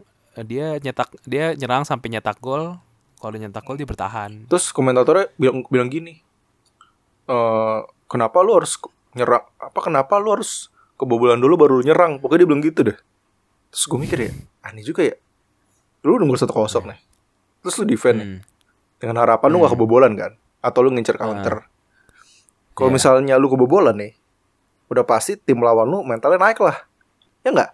[SPEAKER 1] dia nyetak dia nyerang sampai nyetak gol. Kalau dia nyetak gol dia bertahan.
[SPEAKER 2] terus komentatornya bilang bilang gini. Eh, kenapa lu harus ke- nyerang? Apa kenapa lu harus kebobolan dulu baru lu nyerang? Pokoknya dia bilang gitu deh. Terus gue mikir ya, aneh juga ya. Lu udah satu kosong nih. Terus lu defend nih.
[SPEAKER 1] Hmm.
[SPEAKER 2] dengan harapan lu gak kebobolan kan atau lu ngincer counter
[SPEAKER 1] Ah.
[SPEAKER 2] kalau
[SPEAKER 1] Iya.
[SPEAKER 2] misalnya lu kebobolan nih udah pasti tim lawan lu mentalnya naik lah ya nggak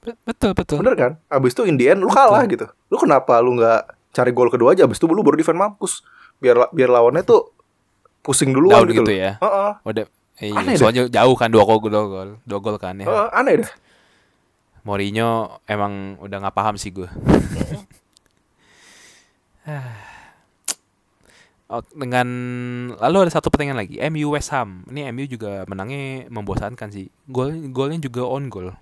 [SPEAKER 1] Bet- Betul betul.
[SPEAKER 2] bener kan abis itu in the end lu kalah gitu lu kenapa lu nggak cari gol kedua aja abis itu lu baru defend mampus biar la- biar lawannya tuh pusing duluan
[SPEAKER 1] Down
[SPEAKER 2] gitu,
[SPEAKER 1] gitu
[SPEAKER 2] loh.
[SPEAKER 1] ya.
[SPEAKER 2] Heeh.
[SPEAKER 1] Udah iya,
[SPEAKER 2] Aneh Oh. dah.
[SPEAKER 1] soalnya jauh kan dua gol dua gol dua gol kan ya.
[SPEAKER 2] Heeh, aneh dah
[SPEAKER 1] Mourinho emang udah nggak paham sih
[SPEAKER 2] [laughs]
[SPEAKER 1] gue. Ah. Oh, dengan lalu ada satu pertandingan lagi MU West Ham ini MU juga menangnya membosankan sih gol golnya juga on goal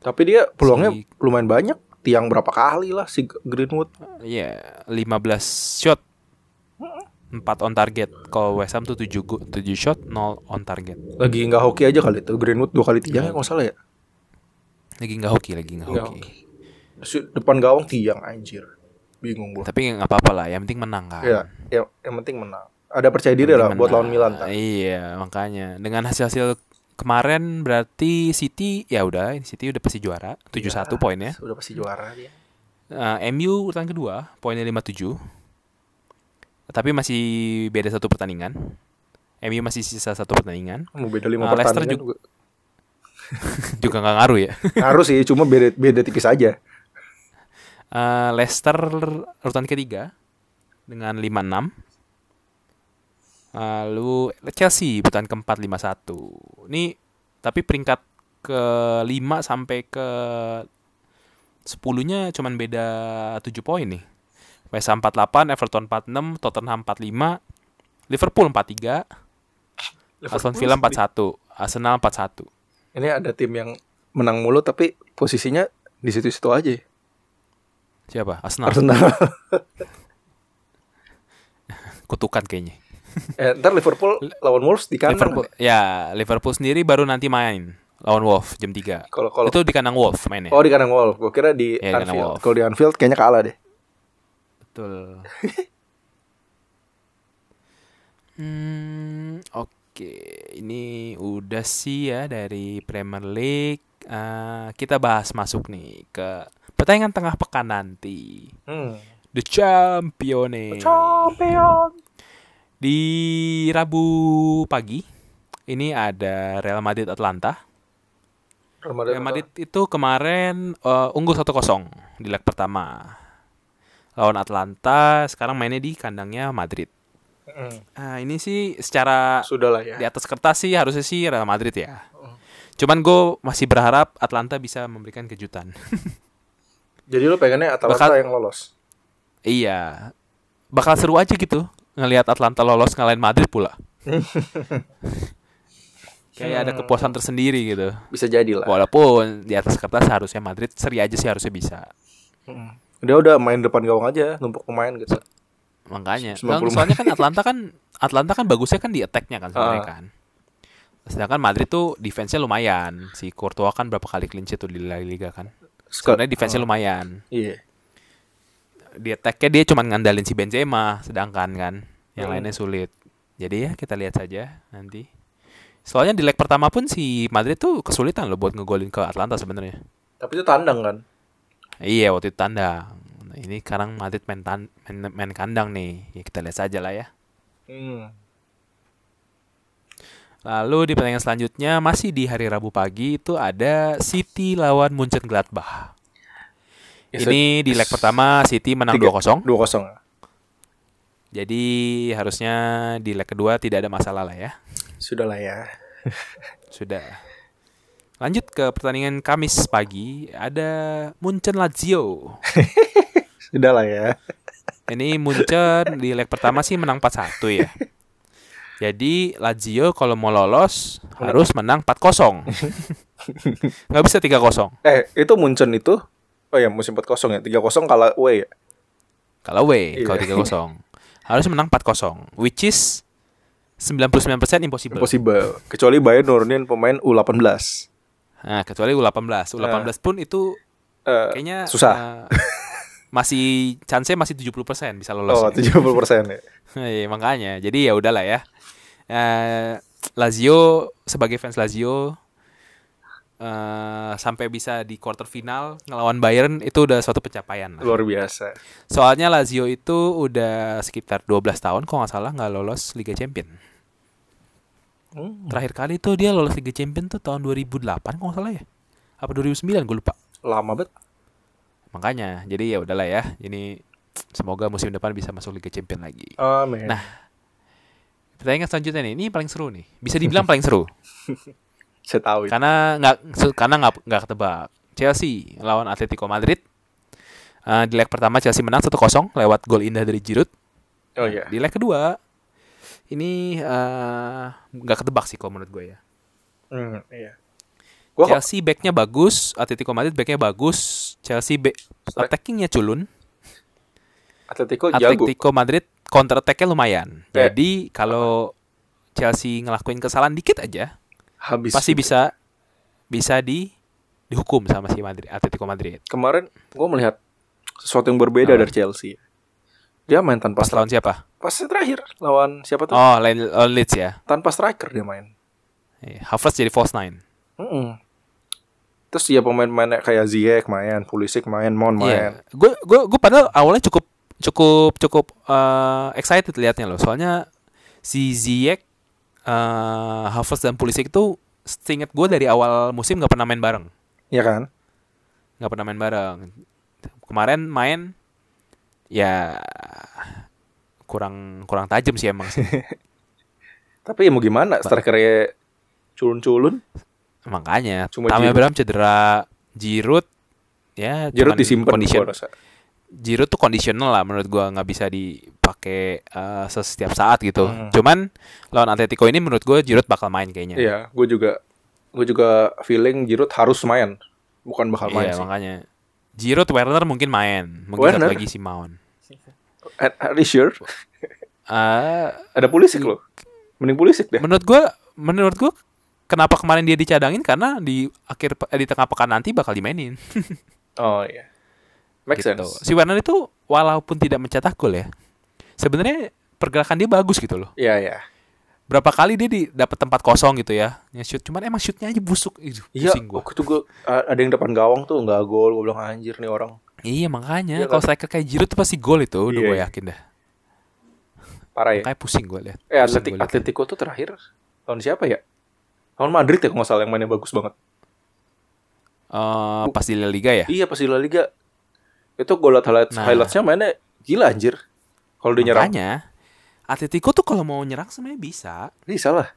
[SPEAKER 2] tapi dia peluangnya
[SPEAKER 1] Si-
[SPEAKER 2] lumayan banyak tiang berapa kali lah si Greenwood
[SPEAKER 1] Iya, 15 shot. 4 on target. Kalau West Ham tuh 7 go, 7 shot, 0 on target.
[SPEAKER 2] lagi nggak hoki aja kali itu Greenwood dua kali
[SPEAKER 1] Iya.
[SPEAKER 2] tiang kalau nggak salah ya
[SPEAKER 1] Lagi nggak hoki, lagi nggak
[SPEAKER 2] Nggak
[SPEAKER 1] hoki.
[SPEAKER 2] hoki. Terus depan gawang tiang anjir bingung gua
[SPEAKER 1] Tapi nggak apa-apa lah, yang penting menang kan.
[SPEAKER 2] Iya, ya, yang penting menang. Ada percaya diri
[SPEAKER 1] Yang
[SPEAKER 2] lah
[SPEAKER 1] penting
[SPEAKER 2] buat lawan
[SPEAKER 1] menang.
[SPEAKER 2] Milan kan? tak.
[SPEAKER 1] Iya, makanya. Dengan hasil-hasil kemarin berarti City ya udah City udah pasti juara
[SPEAKER 2] Iya.
[SPEAKER 1] 71 poinnya.
[SPEAKER 2] Udah pasti juara dia.
[SPEAKER 1] Eh, MU urutan kedua, poinnya 57. Tapi masih beda satu pertandingan. MU masih sisa satu pertandingan. [laughs]
[SPEAKER 2] Mau beda lima
[SPEAKER 1] Nah, Leicester
[SPEAKER 2] pertandingan juga.
[SPEAKER 1] Juga nggak ngaruh ya.
[SPEAKER 2] Harus sih, cuma beda beda tipis aja.
[SPEAKER 1] Eh, Leicester urutan ketiga dengan 5-6. Lalu Chelsea urutan keempat 5-1. Ini tapi peringkat ke 5 sampai ke 10-nya cuman beda 7 poin nih. West Ham 48, Everton 46, Tottenham 45, Liverpool 43, Aston Villa 41, Arsenal 41.
[SPEAKER 2] Ini ada tim yang menang mulu tapi posisinya di situ-situ aja. ya.
[SPEAKER 1] Siapa? Arsenal.
[SPEAKER 2] Arsenal. [laughs]
[SPEAKER 1] Kutukan kayaknya.
[SPEAKER 2] eh, ntar Liverpool lawan Wolves di kanan.
[SPEAKER 1] Liverpool, ya Liverpool sendiri baru nanti main lawan Wolf jam 3.
[SPEAKER 2] Kalau kalau
[SPEAKER 1] Itu di kandang Wolf mainnya.
[SPEAKER 2] Oh di kanan Wolves. Gua kira
[SPEAKER 1] Iya,
[SPEAKER 2] di
[SPEAKER 1] di kanan
[SPEAKER 2] Anfield.
[SPEAKER 1] Wolf.
[SPEAKER 2] Kalau di Anfield kayaknya kalah deh. [laughs]
[SPEAKER 1] Betul. hmm, oke. Ini udah sih ya dari Premier League. Eh, kita bahas masuk nih ke pertandingan tengah pekan nanti.
[SPEAKER 2] Hmm.
[SPEAKER 1] The Champions.
[SPEAKER 2] Champion.
[SPEAKER 1] Di Rabu pagi ini ada Real Madrid Atlanta.
[SPEAKER 2] Real Madrid.
[SPEAKER 1] Real Madrid itu kemarin eh, unggul 1-0 di leg pertama. Lawan Atlanta, sekarang mainnya di kandangnya Madrid.
[SPEAKER 2] Mm,
[SPEAKER 1] Ah, ini sih secara
[SPEAKER 2] Sudah lah ya.
[SPEAKER 1] di atas kertas sih harusnya sih Real Madrid ya. Cuman gue masih berharap Atlanta bisa memberikan kejutan.
[SPEAKER 2] Jadi lu pengennya Atalanta
[SPEAKER 1] Bakal-
[SPEAKER 2] yang lolos.
[SPEAKER 1] iya. Bakal seru aja gitu ngelihat Atlanta lolos ngalahin Madrid pula. Kayak ada kepuasan tersendiri gitu.
[SPEAKER 2] Bisa jadi lah.
[SPEAKER 1] Walaupun di atas kertas harusnya Madrid seri aja sih harusnya bisa.
[SPEAKER 2] Mm. Dia udah main depan gawang aja, numpuk pemain gitu.
[SPEAKER 1] Makanya.
[SPEAKER 2] 90
[SPEAKER 1] Kan, soalnya kan Atlanta kan Atlanta kan bagusnya kan di attack-nya kan sebenarnya
[SPEAKER 2] Ah.
[SPEAKER 1] kan. Sedangkan Madrid tuh defense-nya lumayan. Si Courtois kan berapa kali clean sheet tuh di La Liga kan.
[SPEAKER 2] Scott-
[SPEAKER 1] Sebenarnya defense-nya lumayan.
[SPEAKER 2] Iya.
[SPEAKER 1] Di attack-nya dia cuma ngandalin si Benzema sedangkan kan yang
[SPEAKER 2] Hmm.
[SPEAKER 1] lainnya sulit. Jadi ya kita lihat saja nanti. Soalnya di leg pertama pun si Madrid tuh kesulitan loh buat ngegolin ke Atlanta sebenarnya.
[SPEAKER 2] Tapi itu tandang kan?
[SPEAKER 1] Iya waktu itu tandang. Nah, ini sekarang Madrid main, tan- main, main kandang nih. Ya kita lihat saja lah ya.
[SPEAKER 2] Hmm.
[SPEAKER 1] Lalu di pertandingan selanjutnya masih di hari Rabu pagi itu ada City lawan Munchen Gladbach.
[SPEAKER 2] Ya,
[SPEAKER 1] Ini di leg pertama City menang
[SPEAKER 2] Tiga.
[SPEAKER 1] 2-0.
[SPEAKER 2] Dua kosong.
[SPEAKER 1] Jadi harusnya di leg kedua tidak ada masalah lah ya.
[SPEAKER 2] Sudah lah ya.
[SPEAKER 1] Sudah. Lanjut ke pertandingan Kamis pagi ada Munchen Lazio.
[SPEAKER 2] Sudah lah ya.
[SPEAKER 1] Ini Munchen di leg pertama sih menang 4-1 ya.
[SPEAKER 2] [laughs]
[SPEAKER 1] Jadi Lazio kalau mau lolos harus menang 4-0. Nggak bisa 3-0.
[SPEAKER 2] Eh, itu Munchen itu Oh ya musim 4-0 ya 3-0 kalah away ya
[SPEAKER 1] Kalau away,
[SPEAKER 2] Iya.
[SPEAKER 1] kalau 3-0. Harus menang 4-0, which is 99% impossible.
[SPEAKER 2] Impossible Kecuali Bayern nurunin pemain U18
[SPEAKER 1] Nah, kecuali U18. U18 pun itu
[SPEAKER 2] Nah. Eh,
[SPEAKER 1] kayaknya
[SPEAKER 2] Susah
[SPEAKER 1] eh, masih chance masih 70% bisa lolos.
[SPEAKER 2] Oh 70% ya
[SPEAKER 1] [laughs] Iya, makanya. Jadi ya udahlah ya. Eh, Lazio sebagai fans Lazio eh, sampai bisa di quarter final ngelawan Bayern itu udah suatu pencapaian. lah.
[SPEAKER 2] Luar biasa
[SPEAKER 1] Soalnya Lazio itu udah sekitar 12 tahun kalau nggak salah nggak lolos Liga Champion.
[SPEAKER 2] Hmm,
[SPEAKER 1] Terakhir kali itu dia lolos Liga Champion tuh tahun 2008 kalau nggak salah ya. Apa 2009 gue lupa.
[SPEAKER 2] Lama banget
[SPEAKER 1] Makanya, jadi ya udahlah ya. Ini semoga musim depan bisa masuk Liga Champion lagi.
[SPEAKER 2] Amin
[SPEAKER 1] Nah. Pertandingan selanjutnya nih, ini paling seru nih. Bisa dibilang paling
[SPEAKER 2] [laughs]
[SPEAKER 1] seru.
[SPEAKER 2] Oh, Saya tahu itu
[SPEAKER 1] karena nggak se- karena nggak nggak ketebak Chelsea lawan Atletico Madrid Eh, di leg pertama Chelsea menang 1-0 lewat gol indah dari Giroud
[SPEAKER 2] Oh iya
[SPEAKER 1] di leg kedua ini eh, nggak ketebak sih kalau menurut gue ya
[SPEAKER 2] Hmm, iya. Gua kok
[SPEAKER 1] Chelsea backnya bagus Atletico Madrid backnya bagus Chelsea back
[SPEAKER 2] Strike.
[SPEAKER 1] attackingnya culun
[SPEAKER 2] Atletico jago.
[SPEAKER 1] Atletico Madrid counter attack-nya lumayan
[SPEAKER 2] Eh.
[SPEAKER 1] jadi kalau Chelsea ngelakuin kesalahan dikit aja
[SPEAKER 2] Habis.
[SPEAKER 1] pasti bisa bisa di dihukum sama si Madrid Atletico Madrid
[SPEAKER 2] Kemarin gue melihat sesuatu yang berbeda
[SPEAKER 1] Apa?
[SPEAKER 2] dari Chelsea. Dia main
[SPEAKER 1] Nah.
[SPEAKER 2] tanpa
[SPEAKER 1] pas lawan
[SPEAKER 2] striker.
[SPEAKER 1] siapa
[SPEAKER 2] Pas terakhir lawan siapa tuh?
[SPEAKER 1] Oh, lain lawan Leeds ya.
[SPEAKER 2] Tanpa striker dia main.
[SPEAKER 1] Iya, Havertz jadi false nine.
[SPEAKER 2] Mm-mm. Terus ya pemain-pemain kayak Ziyech main, Pulisic main, Mount main.
[SPEAKER 1] Iya. Gue gue gue padahal awalnya cukup cukup cukup eh, excited liatnya loh. Soalnya si Ziyech, eh, Havertz dan Pulisic itu seinget gue dari awal musim nggak pernah main bareng.
[SPEAKER 2] Iya kan?
[SPEAKER 1] Nggak pernah main bareng. Kemarin main ya kurang kurang tajam sih emang
[SPEAKER 2] [laughs]
[SPEAKER 1] sih.
[SPEAKER 2] Tapi ya mau gimana? Strikernya culun-culun,
[SPEAKER 1] makanya
[SPEAKER 2] Cuma
[SPEAKER 1] Tammy
[SPEAKER 2] Giroud.
[SPEAKER 1] Abraham cedera Giroud ya
[SPEAKER 2] Giroud
[SPEAKER 1] cuman
[SPEAKER 2] disimpan
[SPEAKER 1] condition-
[SPEAKER 2] gua rasa.
[SPEAKER 1] Giroud tuh kondisional lah menurut gua nggak bisa dipakai eh, setiap saat gitu.
[SPEAKER 2] Hmm.
[SPEAKER 1] Cuman lawan Atletico ini menurut gua Giroud bakal main kayaknya.
[SPEAKER 2] Iya, gue juga gue juga feeling Giroud harus main, bukan bakal main
[SPEAKER 1] Iya,
[SPEAKER 2] sih.
[SPEAKER 1] makanya Giroud Werner mungkin main, mungkin satu
[SPEAKER 2] Werner?
[SPEAKER 1] lagi Simon.
[SPEAKER 2] At, at least sure.
[SPEAKER 1] Eh
[SPEAKER 2] Ada Pulisic loh. Mending Pulisic deh.
[SPEAKER 1] menurut gua menurut gua kenapa kemarin dia dicadangin karena di akhir pe- eh, di tengah pekan nanti bakal dimainin.
[SPEAKER 2] Oh iya. [laughs] Make
[SPEAKER 1] gitu.
[SPEAKER 2] sense.
[SPEAKER 1] Si Werner itu walaupun tidak mencetak gol ya, sebenarnya pergerakan dia bagus gitu loh.
[SPEAKER 2] Iya, iya.
[SPEAKER 1] Berapa kali dia di dapat tempat kosong gitu ya, nge-shoot. Cuman emang shootnya aja busuk. Ih,
[SPEAKER 2] Iya,
[SPEAKER 1] pusing gua.
[SPEAKER 2] waktu itu gue ada yang depan gawang tuh nggak gol, gue bilang anjir nih orang
[SPEAKER 1] Iya makanya
[SPEAKER 2] Iya
[SPEAKER 1] kalau striker kayak Giroud tuh pasti gol itu, udah
[SPEAKER 2] Iya,
[SPEAKER 1] gue
[SPEAKER 2] iya.
[SPEAKER 1] yakin dah.
[SPEAKER 2] parah ya.
[SPEAKER 1] Kayak pusing gue lihat.
[SPEAKER 2] Eh Atletik, Atletico tuh terakhir tahun siapa ya? Tahun Madrid ya kalau nggak salah yang mainnya bagus banget.
[SPEAKER 1] pas di La Liga ya.
[SPEAKER 2] Iya pas di La Liga itu gue liat highlight,
[SPEAKER 1] Nah.
[SPEAKER 2] highlightsnya mainnya gila anjir. Kalau dia nyerang,
[SPEAKER 1] Makanya Atletico tuh kalau mau nyerang sebenarnya bisa.
[SPEAKER 2] bisa lah.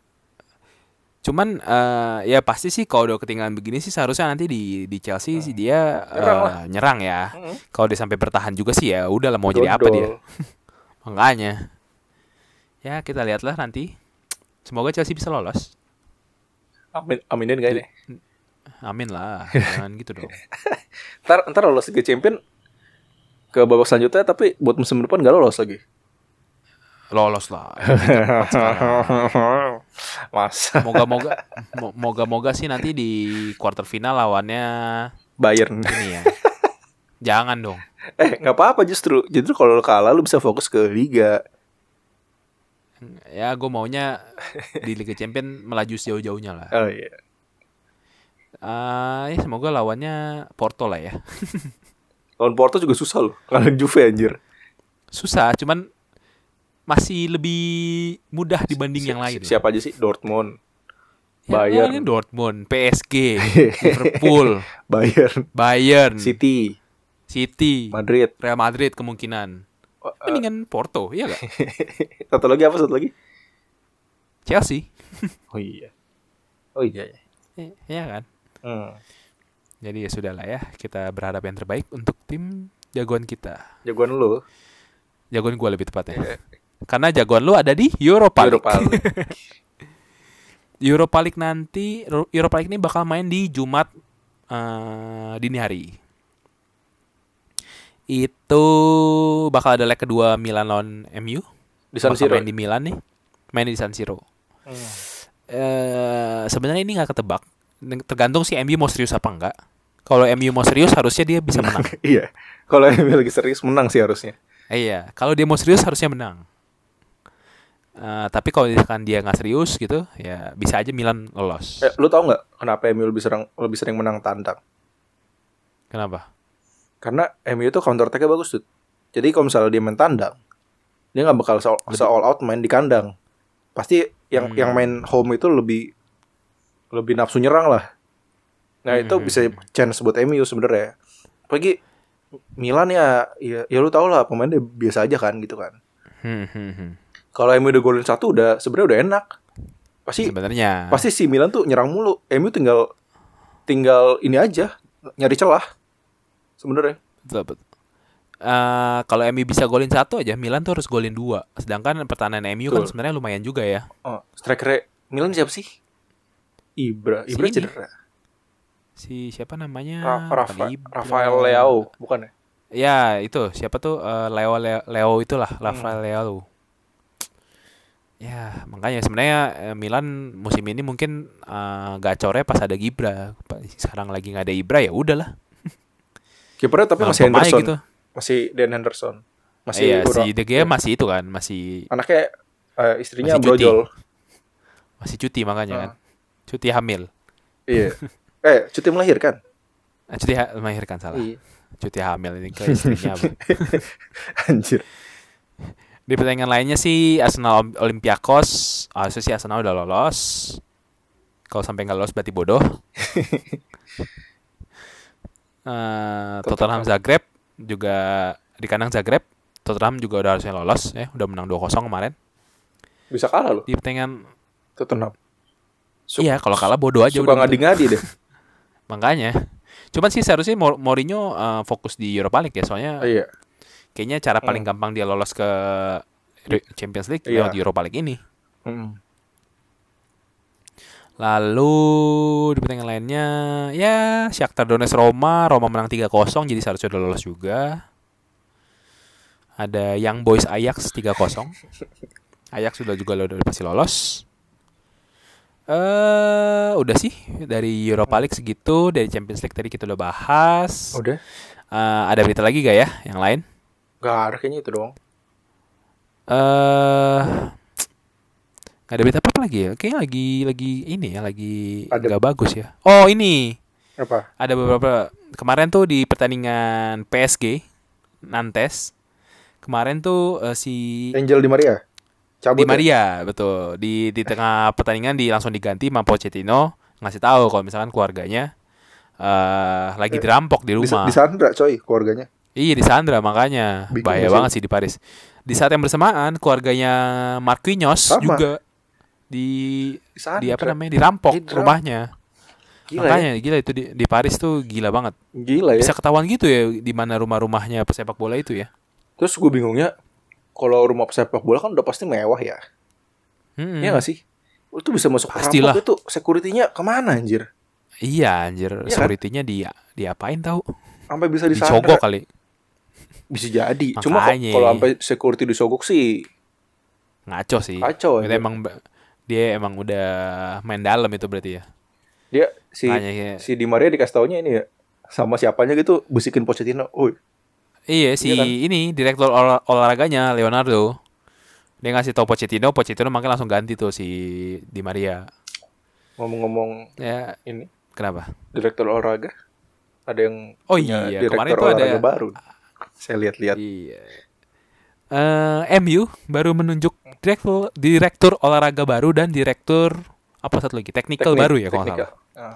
[SPEAKER 1] Cuman eh, ya pasti sih kalau udah ketinggalan begini sih seharusnya nanti di di Chelsea sih dia eh,
[SPEAKER 2] Nyerang lah.
[SPEAKER 1] nyerang ya.
[SPEAKER 2] Mm-mm.
[SPEAKER 1] Kalau dia sampai bertahan juga sih ya udah lah mau jadi apa dia.
[SPEAKER 2] Dodol.
[SPEAKER 1] Makanya. Ya kita lihatlah nanti. Semoga Chelsea bisa lolos.
[SPEAKER 2] Amin, aminin gak ini?
[SPEAKER 1] Iya. Amin
[SPEAKER 2] [laughs]
[SPEAKER 1] lah. Jangan gitu dong.
[SPEAKER 2] Ntar, ntar lolos Liga Champion ke babak selanjutnya tapi buat musim depan gak lolos
[SPEAKER 1] [laughs]
[SPEAKER 2] lagi.
[SPEAKER 1] Lolos lah. Kita empat sekarang.
[SPEAKER 2] Masa
[SPEAKER 1] Moga-moga mo- moga-moga sih nanti di quarter final lawannya
[SPEAKER 2] Bayern.
[SPEAKER 1] ini ya. Jangan dong.
[SPEAKER 2] Eh, nggak apa-apa justru. Justru kalau lu kalah lu bisa fokus ke liga.
[SPEAKER 1] Ya gue maunya di Liga Champion melaju sejauh-jauhnya lah.
[SPEAKER 2] Oh iya.
[SPEAKER 1] Eh, ya semoga lawannya Porto lah ya.
[SPEAKER 2] Lawan Porto juga susah loh. Kalian Juve anjir.
[SPEAKER 1] Susah, cuman masih lebih mudah dibanding yang lain. Ya, oh,
[SPEAKER 2] Si- Siapa aja sih? Dortmund,
[SPEAKER 1] Yang
[SPEAKER 2] Bayern.
[SPEAKER 1] lainnya Dortmund,
[SPEAKER 2] [laughs]
[SPEAKER 1] PSG, Liverpool,
[SPEAKER 2] Bayern,
[SPEAKER 1] Bayern,
[SPEAKER 2] City,
[SPEAKER 1] City,
[SPEAKER 2] Madrid. Oh, eh.
[SPEAKER 1] Real Madrid kemungkinan. Mendingan Porto, iya gak?
[SPEAKER 2] [laughs] Satu lagi apa satu lagi?
[SPEAKER 1] Chelsea,
[SPEAKER 2] Oh iya. Oh iya. iya.
[SPEAKER 1] I- iya kan?
[SPEAKER 2] Hmm.
[SPEAKER 1] Jadi ya sudahlah ya, kita berharap yang terbaik untuk tim jagoan kita.
[SPEAKER 2] Jagoan lu.
[SPEAKER 1] Jagoan [laughs]
[SPEAKER 2] [laughs]
[SPEAKER 1] gua lebih tepatnya. Karena jagoan lu ada di Europa. League.
[SPEAKER 2] Europa League.
[SPEAKER 1] Europa League nanti Ro- Europa League ini bakal main di Jumat eh, dini hari. Itu bakal ada leg kedua Milan lawan MU.
[SPEAKER 2] Di San
[SPEAKER 1] Bakal
[SPEAKER 2] Siro.
[SPEAKER 1] Main di Milan nih. Main di San Siro.
[SPEAKER 2] Hmm.
[SPEAKER 1] Eh, sebenarnya ini nggak ketebak. Tergantung si MU mau serius apa enggak. Kalau MU mau serius harusnya dia bisa menang.
[SPEAKER 2] iya. Kalau MU lagi serius menang sih harusnya.
[SPEAKER 1] Eh, iya, kalau dia mau serius harusnya menang. Eh, tapi kalau misalkan dia nggak serius gitu, ya bisa aja Milan lolos.
[SPEAKER 2] Eh, lu tau nggak kenapa MU lebih sering lebih sering menang tandang?
[SPEAKER 1] Kenapa?
[SPEAKER 2] Karena MU itu counter attack-nya bagus tuh. Jadi kalau misalnya dia main tandang, dia nggak bakal se
[SPEAKER 1] Lebih-
[SPEAKER 2] all out main di kandang. Pasti
[SPEAKER 1] Hmm.
[SPEAKER 2] yang yang main home itu lebih lebih nafsu nyerang lah. Nah itu
[SPEAKER 1] Hmm.
[SPEAKER 2] bisa chance buat MU sebenarnya. Apalagi Milan ya, ya, ya lu tau lah pemainnya biasa aja kan gitu kan.
[SPEAKER 1] Hmm, hmm, hmm.
[SPEAKER 2] Kalau MU udah golin satu udah sebenarnya udah enak. Pasti
[SPEAKER 1] Iya, Sebenarnya.
[SPEAKER 2] pasti si Milan tuh nyerang mulu. MU tinggal tinggal ini aja nyari celah. Sebenarnya.
[SPEAKER 1] Betul, betul. Eh, kalau MU bisa golin satu aja, Milan tuh harus golin dua. Sedangkan pertahanan MU kan
[SPEAKER 2] Betul.
[SPEAKER 1] sebenarnya lumayan juga ya.
[SPEAKER 2] Oh, striker Milan siapa sih? Ibra,
[SPEAKER 1] Si
[SPEAKER 2] Ibra
[SPEAKER 1] ini.
[SPEAKER 2] cedera.
[SPEAKER 1] Si siapa namanya?
[SPEAKER 2] Ra- Rafa,
[SPEAKER 1] Bukan Ibra.
[SPEAKER 2] Rafael Leao, bukan ya?
[SPEAKER 1] Ya itu siapa tuh Eh, Leo Leo, Leo itulah
[SPEAKER 2] Hmm.
[SPEAKER 1] Rafael Leo. Ya makanya sebenarnya eh, Milan musim ini mungkin eh, gacornya pas ada Gibra. Pa- Sekarang lagi nggak ada Ibra ya udahlah.
[SPEAKER 2] Kipernya tapi
[SPEAKER 1] Nah,
[SPEAKER 2] masih
[SPEAKER 1] pemain
[SPEAKER 2] Henderson.
[SPEAKER 1] gitu.
[SPEAKER 2] Masih Dan Henderson. Masih
[SPEAKER 1] Iya,
[SPEAKER 2] Ura-
[SPEAKER 1] si De Gea masih itu kan masih
[SPEAKER 2] Anaknya eh, istrinya
[SPEAKER 1] Masih cuti.
[SPEAKER 2] brojol.
[SPEAKER 1] masih cuti makanya
[SPEAKER 2] Ah.
[SPEAKER 1] kan. Cuti hamil. [laughs]
[SPEAKER 2] Iya. eh, cuti melahirkan.
[SPEAKER 1] Eh, Cuti ha- melahirkan salah.
[SPEAKER 2] Iya. [laughs]
[SPEAKER 1] Cuti hamil ini ke istrinya apa.
[SPEAKER 2] Anjir.
[SPEAKER 1] Di pertandingan lainnya sih Arsenal Olim- Olympiakos, ah, harusnya sih Arsenal udah lolos. Kalau sampai nggak lolos berarti
[SPEAKER 2] [laughs]
[SPEAKER 1] bodoh. Eh, Tottenham
[SPEAKER 2] Tottenham.
[SPEAKER 1] Zagreb juga di kandang Zagreb, Tottenham juga udah harusnya lolos ya, udah menang 2-0 kemarin.
[SPEAKER 2] Bisa kalah loh
[SPEAKER 1] Di pertandingan
[SPEAKER 2] Tottenham. Su-
[SPEAKER 1] iya kalau kalah bodoh aja
[SPEAKER 2] Suka
[SPEAKER 1] udah.
[SPEAKER 2] ngadi-ngadi
[SPEAKER 1] [laughs]
[SPEAKER 2] deh.
[SPEAKER 1] Makanya. Cuman sih seharusnya Mor- Mourinho eh, fokus di Europa League ya, soalnya
[SPEAKER 2] iya. Hmm.
[SPEAKER 1] kayaknya cara paling gampang dia lolos ke Re- Champions League
[SPEAKER 2] Iya.
[SPEAKER 1] lewat Europa League ini.
[SPEAKER 2] Mm.
[SPEAKER 1] Lalu di pertandingan lainnya ya Shakhtar Donetsk Roma, Roma menang 3-0 jadi seharusnya udah lolos juga. Ada Young Boys Ajax 3-0. Ajax sudah juga lo- udah pasti lolos. Eh udah sih dari Europa League segitu, dari Champions League tadi kita udah bahas.
[SPEAKER 2] Udah.
[SPEAKER 1] Eh, ada berita lagi gak ya yang lain?
[SPEAKER 2] Gak ada kayaknya itu doang.
[SPEAKER 1] Eh nggak ada berita apa lagi ya? Kayaknya lagi lagi ini ya, lagi
[SPEAKER 2] Ada.
[SPEAKER 1] nggak bagus ya. Oh, ini.
[SPEAKER 2] Apa?
[SPEAKER 1] ada beberapa kemarin tuh di pertandingan PSG Nantes kemarin tuh eh, si
[SPEAKER 2] Angel di Maria.
[SPEAKER 1] Di
[SPEAKER 2] Cabut. ya?
[SPEAKER 1] Maria betul di di tengah pertandingan di langsung diganti sama Pochettino ngasih tahu kalau misalkan keluarganya eh lagi dirampok di
[SPEAKER 2] Di,
[SPEAKER 1] rumah
[SPEAKER 2] di Sandra coy keluarganya.
[SPEAKER 1] iya di Sandra makanya
[SPEAKER 2] Bingung
[SPEAKER 1] bahaya
[SPEAKER 2] gak sih?
[SPEAKER 1] banget sih di Paris di saat yang bersamaan keluarganya Marquinhos
[SPEAKER 2] Sama.
[SPEAKER 1] juga di
[SPEAKER 2] Di Sandra.
[SPEAKER 1] di apa namanya dirampok
[SPEAKER 2] Di dirampok.
[SPEAKER 1] rumahnya
[SPEAKER 2] Gila ya.
[SPEAKER 1] makanya gila itu di, di Paris tuh gila banget
[SPEAKER 2] Gila ya.
[SPEAKER 1] bisa ketahuan gitu ya di mana rumah-rumahnya pesepak bola itu ya.
[SPEAKER 2] Terus gue bingungnya kalau rumah sepak bola kan udah pasti mewah ya.
[SPEAKER 1] Mm-mm.
[SPEAKER 2] Iya gak sih? Lu tuh bisa masuk
[SPEAKER 1] Hmm. Pastilah.
[SPEAKER 2] perampok itu security-nya kemana anjir?
[SPEAKER 1] Iya, anjir,
[SPEAKER 2] Iya kan?
[SPEAKER 1] security-nya di diapain tahu?
[SPEAKER 2] Sampai bisa disandra.
[SPEAKER 1] Disogok kali.
[SPEAKER 2] Bisa jadi. Cuma kok-
[SPEAKER 1] Makanya.
[SPEAKER 2] kalau sampai security disogok sih
[SPEAKER 1] Ngaco sih.
[SPEAKER 2] Kacau,
[SPEAKER 1] Itu
[SPEAKER 2] anjir.
[SPEAKER 1] emang ba- dia emang udah main dalam itu berarti ya.
[SPEAKER 2] dia si
[SPEAKER 1] Makanya, iya.
[SPEAKER 2] si Di Maria dikasih taunya ini ya sama siapanya gitu bisikin Pochettino. Oi,
[SPEAKER 1] Iya si
[SPEAKER 2] Iya kan?
[SPEAKER 1] ini direktur olah- olahraganya Leonardo. Dia ngasih tau Pochettino, Pochettino makanya langsung ganti tuh si Di Maria.
[SPEAKER 2] ngomong-ngomong
[SPEAKER 1] Ya,
[SPEAKER 2] ini
[SPEAKER 1] kenapa?
[SPEAKER 2] direktur olahraga ada yang
[SPEAKER 1] Oh
[SPEAKER 2] punya
[SPEAKER 1] iya,
[SPEAKER 2] direktur
[SPEAKER 1] kemarin tuh ada-
[SPEAKER 2] olahraga baru. Saya lihat-lihat.
[SPEAKER 1] Iya. Eh, MU baru menunjuk direktur direktur olahraga baru dan direktur apa satu lagi teknikal
[SPEAKER 2] Teknik-
[SPEAKER 1] baru ya kalau nggak
[SPEAKER 2] teknikal.
[SPEAKER 1] salah.
[SPEAKER 2] Ah.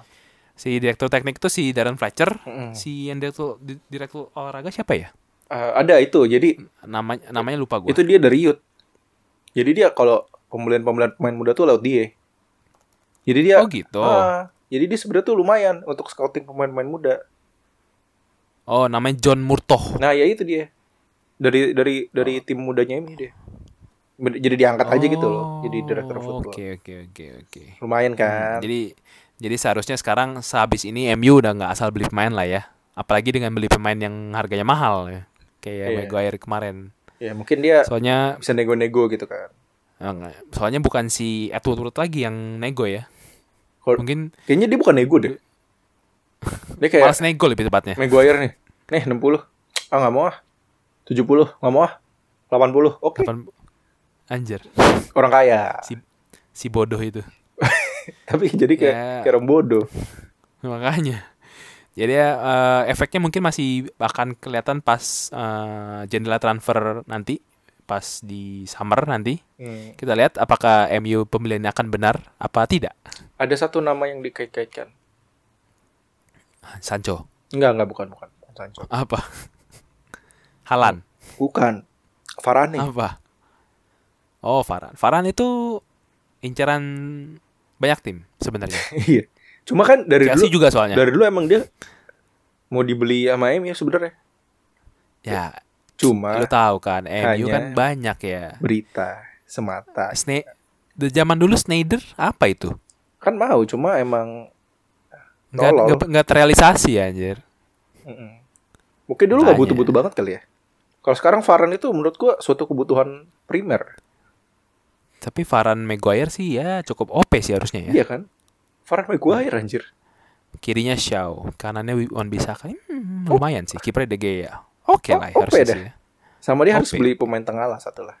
[SPEAKER 1] Si direktur teknik itu si Darren Fletcher,
[SPEAKER 2] Mm-mm.
[SPEAKER 1] si yang direktur di- direktur olahraga siapa ya?
[SPEAKER 2] Ah, ada itu. Jadi
[SPEAKER 1] Namanya namanya lupa gue.
[SPEAKER 2] itu dia dari youth. Jadi dia kalau pembelian-pembelian pemain muda tuh lewat dia. Jadi dia
[SPEAKER 1] Oh gitu.
[SPEAKER 2] Ah, jadi dia sebenarnya tuh lumayan untuk scouting pemain-pemain muda.
[SPEAKER 1] Oh, namanya John Murtoh. Oh.
[SPEAKER 2] Nah, ya itu dia. Dari dari dari tim mudanya ini dia. Ber- jadi diangkat aja gitu loh jadi
[SPEAKER 1] Oh,
[SPEAKER 2] director football
[SPEAKER 1] Oke oke oke oke.
[SPEAKER 2] lumayan kan
[SPEAKER 1] Jadi jadi seharusnya sekarang sehabis ini MU udah nggak asal beli pemain lah ya. Apalagi dengan beli pemain yang harganya mahal ya. Kayak
[SPEAKER 2] Iya.
[SPEAKER 1] Maguire kemarin.
[SPEAKER 2] ya mungkin dia
[SPEAKER 1] Soalnya
[SPEAKER 2] bisa nego-nego gitu
[SPEAKER 1] eh,
[SPEAKER 2] kan
[SPEAKER 1] nggak- soalnya bukan si Edward Wood lagi yang nego ya.
[SPEAKER 2] Kalau-
[SPEAKER 1] Mungkin
[SPEAKER 2] kayaknya dia bukan nego
[SPEAKER 1] [laughs]
[SPEAKER 2] deh dia
[SPEAKER 1] malas
[SPEAKER 2] kayak
[SPEAKER 1] nego lebih tepatnya.
[SPEAKER 2] Maguire nih nih 60 ah nggak mau ah 70 nggak mau ah 80 oke
[SPEAKER 1] Kapan- Anjir,
[SPEAKER 2] orang kaya
[SPEAKER 1] si si bodoh itu. [laughs]
[SPEAKER 2] tapi jadi kayak
[SPEAKER 1] Ya.
[SPEAKER 2] kayak orang bodoh
[SPEAKER 1] Makanya. Jadi ya eh, efeknya mungkin masih akan kelihatan pas eh, jendela transfer nanti, pas di summer nanti.
[SPEAKER 2] Hmm.
[SPEAKER 1] Kita lihat apakah MU pembeliannya akan benar apa tidak.
[SPEAKER 2] ada satu nama yang dikait-kaitkan
[SPEAKER 1] Sancho.
[SPEAKER 2] Enggak, enggak bukan bukan Sancho.
[SPEAKER 1] Apa? [laughs] Halan.
[SPEAKER 2] Bukan. Varane.
[SPEAKER 1] Apa? Oh, Varan. Varan itu incaran banyak tim sebenarnya.
[SPEAKER 2] [laughs] Iya. Cuma kan dari
[SPEAKER 1] Chelsea
[SPEAKER 2] dulu
[SPEAKER 1] juga soalnya.
[SPEAKER 2] dari dulu emang dia mau dibeli sama MU sebenarnya.
[SPEAKER 1] ya,
[SPEAKER 2] Cuma
[SPEAKER 1] lu tahu kan, MU kan
[SPEAKER 2] hanya-
[SPEAKER 1] banyak ya.
[SPEAKER 2] berita semata.
[SPEAKER 1] Sne the zaman dulu Snyder apa itu?
[SPEAKER 2] Kan mau, cuma emang
[SPEAKER 1] Nggak,
[SPEAKER 2] Tolol.
[SPEAKER 1] nggak, nggak terrealisasi anjir.
[SPEAKER 2] mm-mm. mungkin dulu nggak
[SPEAKER 1] Makanya.
[SPEAKER 2] butuh-butuh banget kali ya. Kalau sekarang Varane itu menurut gua suatu kebutuhan primer.
[SPEAKER 1] Tapi Varan Maguire sih ya cukup OP sih harusnya ya.
[SPEAKER 2] Iya kan? Varane Maguire anjir.
[SPEAKER 1] Kirinya Shaw, kanannya Wan Bisaka. Hmm, lumayan sih kipernya De Gea. Oke
[SPEAKER 2] Oh,
[SPEAKER 1] lah
[SPEAKER 2] oke
[SPEAKER 1] harusnya
[SPEAKER 2] dah.
[SPEAKER 1] sih. ya.
[SPEAKER 2] Sama dia harus
[SPEAKER 1] Oke.
[SPEAKER 2] beli pemain tengah lah satu lah.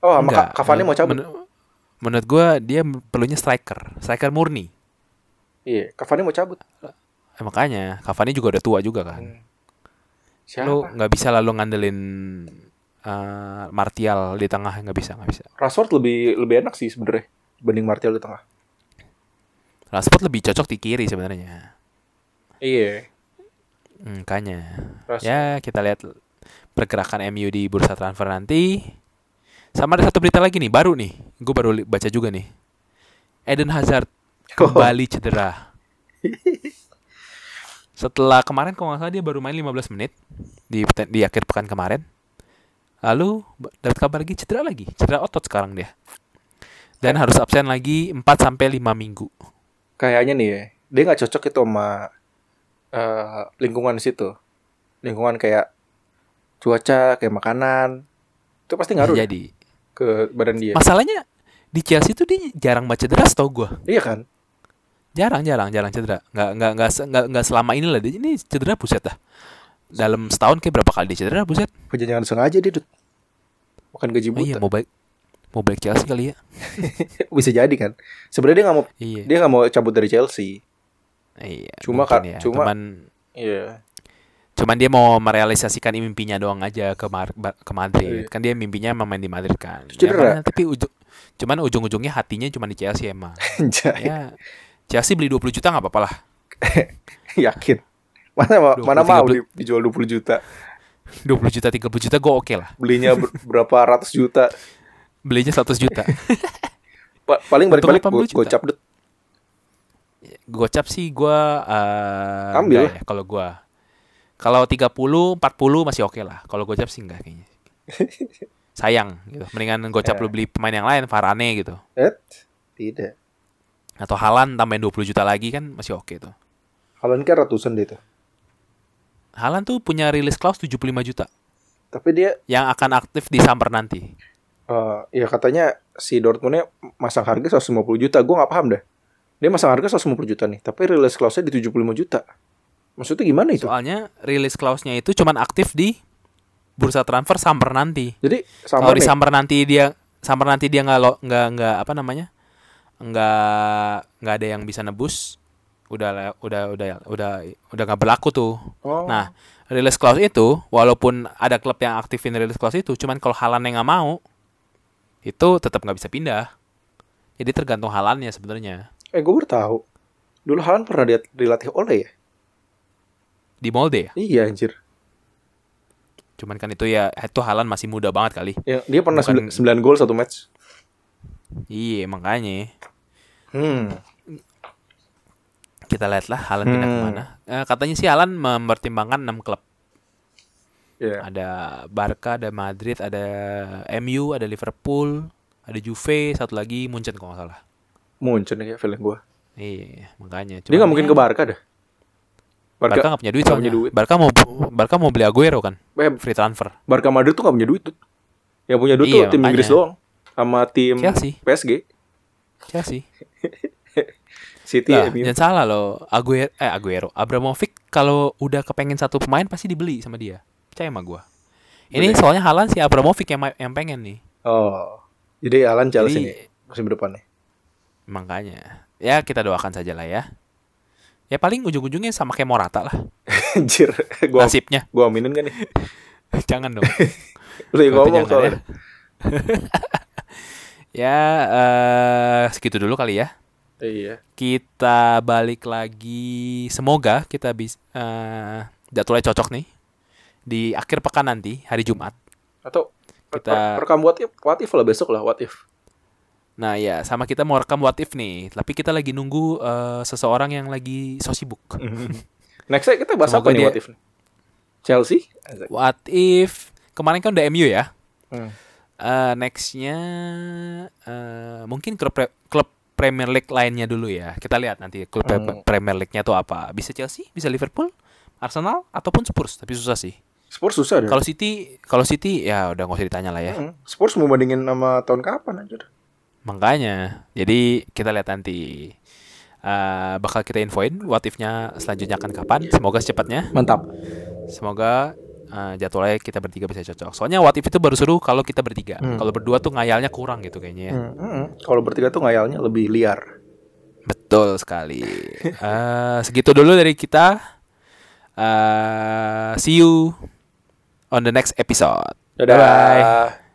[SPEAKER 2] Oh, sama
[SPEAKER 1] Nggak,
[SPEAKER 2] Ka- Cavani mau
[SPEAKER 1] menurut-
[SPEAKER 2] cabut.
[SPEAKER 1] menur- menurut gua dia perlunya striker, striker murni.
[SPEAKER 2] Iya, Cavani mau cabut.
[SPEAKER 1] Eh, makanya Cavani juga udah tua juga kan.
[SPEAKER 2] Hmm. Siapa?
[SPEAKER 1] Lu nggak bisa lalu ngandelin eh, Martial di tengah nggak bisa nggak bisa.
[SPEAKER 2] Rashford lebih lebih enak sih sebenarnya dibanding Martial di tengah.
[SPEAKER 1] Rashford lebih cocok di kiri sebenarnya.
[SPEAKER 2] Iya.
[SPEAKER 1] Hmm, Makanya.
[SPEAKER 2] Rashford.
[SPEAKER 1] Ya, kita lihat pergerakan MU di bursa transfer nanti. Sama ada satu berita lagi nih, baru nih. Gue baru li- baca juga nih. Eden Hazard kembali cedera. Setelah kemarin kalau nggak salah dia baru main 15 menit di peten- di akhir pekan kemarin. Lalu b- dapat kabar lagi cedera lagi, cedera otot sekarang dia. Dan harus absen lagi 4 sampai 5 minggu.
[SPEAKER 2] Kayaknya nih ya, dia nggak cocok itu sama eh, lingkungan di situ. Lingkungan kayak cuaca, kayak makanan. Itu pasti ngaruh ya?
[SPEAKER 1] Jadi,
[SPEAKER 2] ke badan dia.
[SPEAKER 1] masalahnya di Chelsea tuh dia jarang banget cedera setahu gue.
[SPEAKER 2] Iya kan?
[SPEAKER 1] jarang jarang jarang cedera nggak nggak nggak se- nggak, nggak selama ini lah dia ini cedera buset dah dalam setahun kayak berapa kali dia cedera buset
[SPEAKER 2] Perjanjian sengaja dia, Dut. Bukan gaji
[SPEAKER 1] oh, iya
[SPEAKER 2] buta.
[SPEAKER 1] mau balik mau balik Chelsea kali ya
[SPEAKER 2] [laughs] Bisa jadi kan. Sebenarnya dia nggak mau
[SPEAKER 1] iya
[SPEAKER 2] dia nggak mau cabut dari Chelsea.
[SPEAKER 1] iya
[SPEAKER 2] Cuma,
[SPEAKER 1] mungkin
[SPEAKER 2] Kak, cuma-
[SPEAKER 1] cuman
[SPEAKER 2] Iya.
[SPEAKER 1] cuman dia mau merealisasikan mimpinya doang aja ke Mar- Bar- ke Madrid
[SPEAKER 2] Iya.
[SPEAKER 1] kan dia mimpinya emang main di Madrid kan
[SPEAKER 2] Terus cedera.
[SPEAKER 1] kan, tapi ujung cuman ujung-ujungnya hatinya cuma di Chelsea
[SPEAKER 2] [laughs]
[SPEAKER 1] emang
[SPEAKER 2] [laughs] Anjay,
[SPEAKER 1] ya Chelsea beli 20 juta nggak apa-apa lah
[SPEAKER 2] yakin. Mana mau, mana
[SPEAKER 1] 20-30.
[SPEAKER 2] mau di- dijual 20 juta.
[SPEAKER 1] 20 juta 30 juta gue oke lah
[SPEAKER 2] Belinya ber- berapa ratus juta.
[SPEAKER 1] belinya 100 juta
[SPEAKER 2] Pa- paling
[SPEAKER 1] Untung
[SPEAKER 2] balik-balik
[SPEAKER 1] 80
[SPEAKER 2] go-
[SPEAKER 1] juta.
[SPEAKER 2] gocap deh.
[SPEAKER 1] gocap sih gua eh,
[SPEAKER 2] Ambil.
[SPEAKER 1] enggak ya kalau gua kalau 30 40 masih oke lah kalau gocap sih enggak kayaknya sayang gitu mendingan gocap
[SPEAKER 2] Ya.
[SPEAKER 1] lu beli pemain yang lain Varane gitu
[SPEAKER 2] Eh, tidak.
[SPEAKER 1] atau Halan tambahin 20 juta lagi kan masih oke tuh
[SPEAKER 2] Haaland kan ratusan deh itu.
[SPEAKER 1] Halan tuh punya rilis clause 75 juta
[SPEAKER 2] Tapi dia
[SPEAKER 1] yang akan aktif di summer nanti
[SPEAKER 2] eh, ya katanya si Dortmundnya masang harga 150 juta. Gue nggak paham dah. Dia masang harga 150 juta nih, tapi release clause-nya di 75 juta. Maksudnya gimana itu?
[SPEAKER 1] soalnya rilis clause-nya itu cuman aktif di bursa transfer summer nanti
[SPEAKER 2] Jadi
[SPEAKER 1] Kalau
[SPEAKER 2] sama
[SPEAKER 1] di
[SPEAKER 2] nih,
[SPEAKER 1] summer nanti dia summer nanti dia nggak lo- nggak nggak apa namanya nggak nggak ada yang bisa nebus udah le- udah udah udah udah nggak berlaku tuh.
[SPEAKER 2] Oh.
[SPEAKER 1] Nah release clause itu walaupun ada klub yang aktifin release clause itu, cuman kalau Halan yang nggak mau itu tetap nggak bisa pindah. Jadi tergantung halannya sebenarnya
[SPEAKER 2] eh gue baru tahu. Dulu Haaland pernah dia dilatih oleh ya?
[SPEAKER 1] di molde ya.
[SPEAKER 2] Iya anjir.
[SPEAKER 1] Cuman kan itu ya itu Halan masih muda banget kali.
[SPEAKER 2] Ya, dia pernah
[SPEAKER 1] Bukan-
[SPEAKER 2] 9 gol satu match.
[SPEAKER 1] Iya makanya
[SPEAKER 2] Hmm.
[SPEAKER 1] kita lihatlah Halan pindah
[SPEAKER 2] Hmm.
[SPEAKER 1] kemana. Eh, katanya sih Halan mempertimbangkan 6 klub.
[SPEAKER 2] Iya.
[SPEAKER 1] Ada Barca, ada Madrid, ada MU, ada Liverpool, ada Juve, satu lagi Munchen kalau nggak salah.
[SPEAKER 2] Munchen ya feeling gua.
[SPEAKER 1] Iya, makanya.
[SPEAKER 2] Dia nggak mungkin ke Barca dah.
[SPEAKER 1] Barca
[SPEAKER 2] Barca,
[SPEAKER 1] nggak punya duit
[SPEAKER 2] nggak
[SPEAKER 1] soalnya.
[SPEAKER 2] punya duit.
[SPEAKER 1] Barca mau Barca mau beli Aguero kan,
[SPEAKER 2] eh,
[SPEAKER 1] free transfer.
[SPEAKER 2] Barca Madrid tuh nggak punya duit tuh. Yang punya duit
[SPEAKER 1] Iya,
[SPEAKER 2] tuh tim
[SPEAKER 1] makanya. Iya
[SPEAKER 2] Inggris doang sama tim
[SPEAKER 1] Chelsea.
[SPEAKER 2] PSG,
[SPEAKER 1] Chelsea.
[SPEAKER 2] City,
[SPEAKER 1] Ya Lah,
[SPEAKER 2] ya, MU.
[SPEAKER 1] jangan salah loh, Aguero, eh Aguero, Abramovich kalau udah kepengen satu pemain pasti dibeli sama dia. Percaya sama gua. Ini
[SPEAKER 2] Boleh.
[SPEAKER 1] soalnya halan si Abramovich yang ma- yang pengen nih.
[SPEAKER 2] Oh. Jadi Alan Chelsea
[SPEAKER 1] Jadi-
[SPEAKER 2] nih [laughs] musim depannya.
[SPEAKER 1] Makanya. Ya kita doakan saja lah ya. Ya paling ujung-ujungnya sama kayak Morata lah
[SPEAKER 2] Anjir, gua
[SPEAKER 1] nasibnya. [laughs]
[SPEAKER 2] gua aminin kan nih.
[SPEAKER 1] Jangan dong.
[SPEAKER 2] Lu
[SPEAKER 1] Kalau
[SPEAKER 2] yang
[SPEAKER 1] itu
[SPEAKER 2] ngomong
[SPEAKER 1] jangan
[SPEAKER 2] soalnya.
[SPEAKER 1] [laughs] ya eh, segitu dulu kali ya.
[SPEAKER 2] Iya.
[SPEAKER 1] Kita balik lagi. Semoga kita bisa jadwalnya cocok nih di akhir pekan nanti hari Jumat.
[SPEAKER 2] Atau
[SPEAKER 1] Kita-
[SPEAKER 2] kita rekam what if, what if lah besok lah what if.
[SPEAKER 1] Nah ya sama kita mau rekam what if nih. Tapi kita lagi nunggu eh, seseorang yang lagi so sibuk.
[SPEAKER 2] Mhm. Next kita bahas
[SPEAKER 1] Semoga
[SPEAKER 2] apa nih
[SPEAKER 1] dia-
[SPEAKER 2] what if? nih? Chelsea?
[SPEAKER 1] What if kemarin kan udah MU ya.
[SPEAKER 2] Hmm.
[SPEAKER 1] Eh, nextnya eh, mungkin klub pre- klub Premier League lainnya dulu ya. Kita lihat nanti klub pre-
[SPEAKER 2] Hmm.
[SPEAKER 1] Premier League-nya tuh apa. Bisa Chelsea, bisa Liverpool, Arsenal ataupun Spurs. Tapi susah sih.
[SPEAKER 2] Spurs susah deh.
[SPEAKER 1] Kalau City, kalau City ya udah nggak usah ditanya lah ya.
[SPEAKER 2] Mm, Spurs mau bandingin sama tahun kapan anjir?
[SPEAKER 1] Makanya. Jadi kita lihat nanti Eh, bakal kita infoin what if-nya selanjutnya akan kapan. Semoga secepatnya.
[SPEAKER 2] Mantap.
[SPEAKER 1] Semoga eh, jadwalnya kita bertiga bisa cocok. Soalnya what if itu baru seru kalau kita bertiga.
[SPEAKER 2] Hmm.
[SPEAKER 1] Kalau berdua tuh ngayalnya kurang gitu kayaknya ya.
[SPEAKER 2] Mm, mm, mm. Kalau bertiga tuh ngayalnya lebih liar.
[SPEAKER 1] Betul sekali. Eh, segitu dulu dari kita. Eh, see you on the next episode.
[SPEAKER 2] Dadah.
[SPEAKER 1] Bye-bye.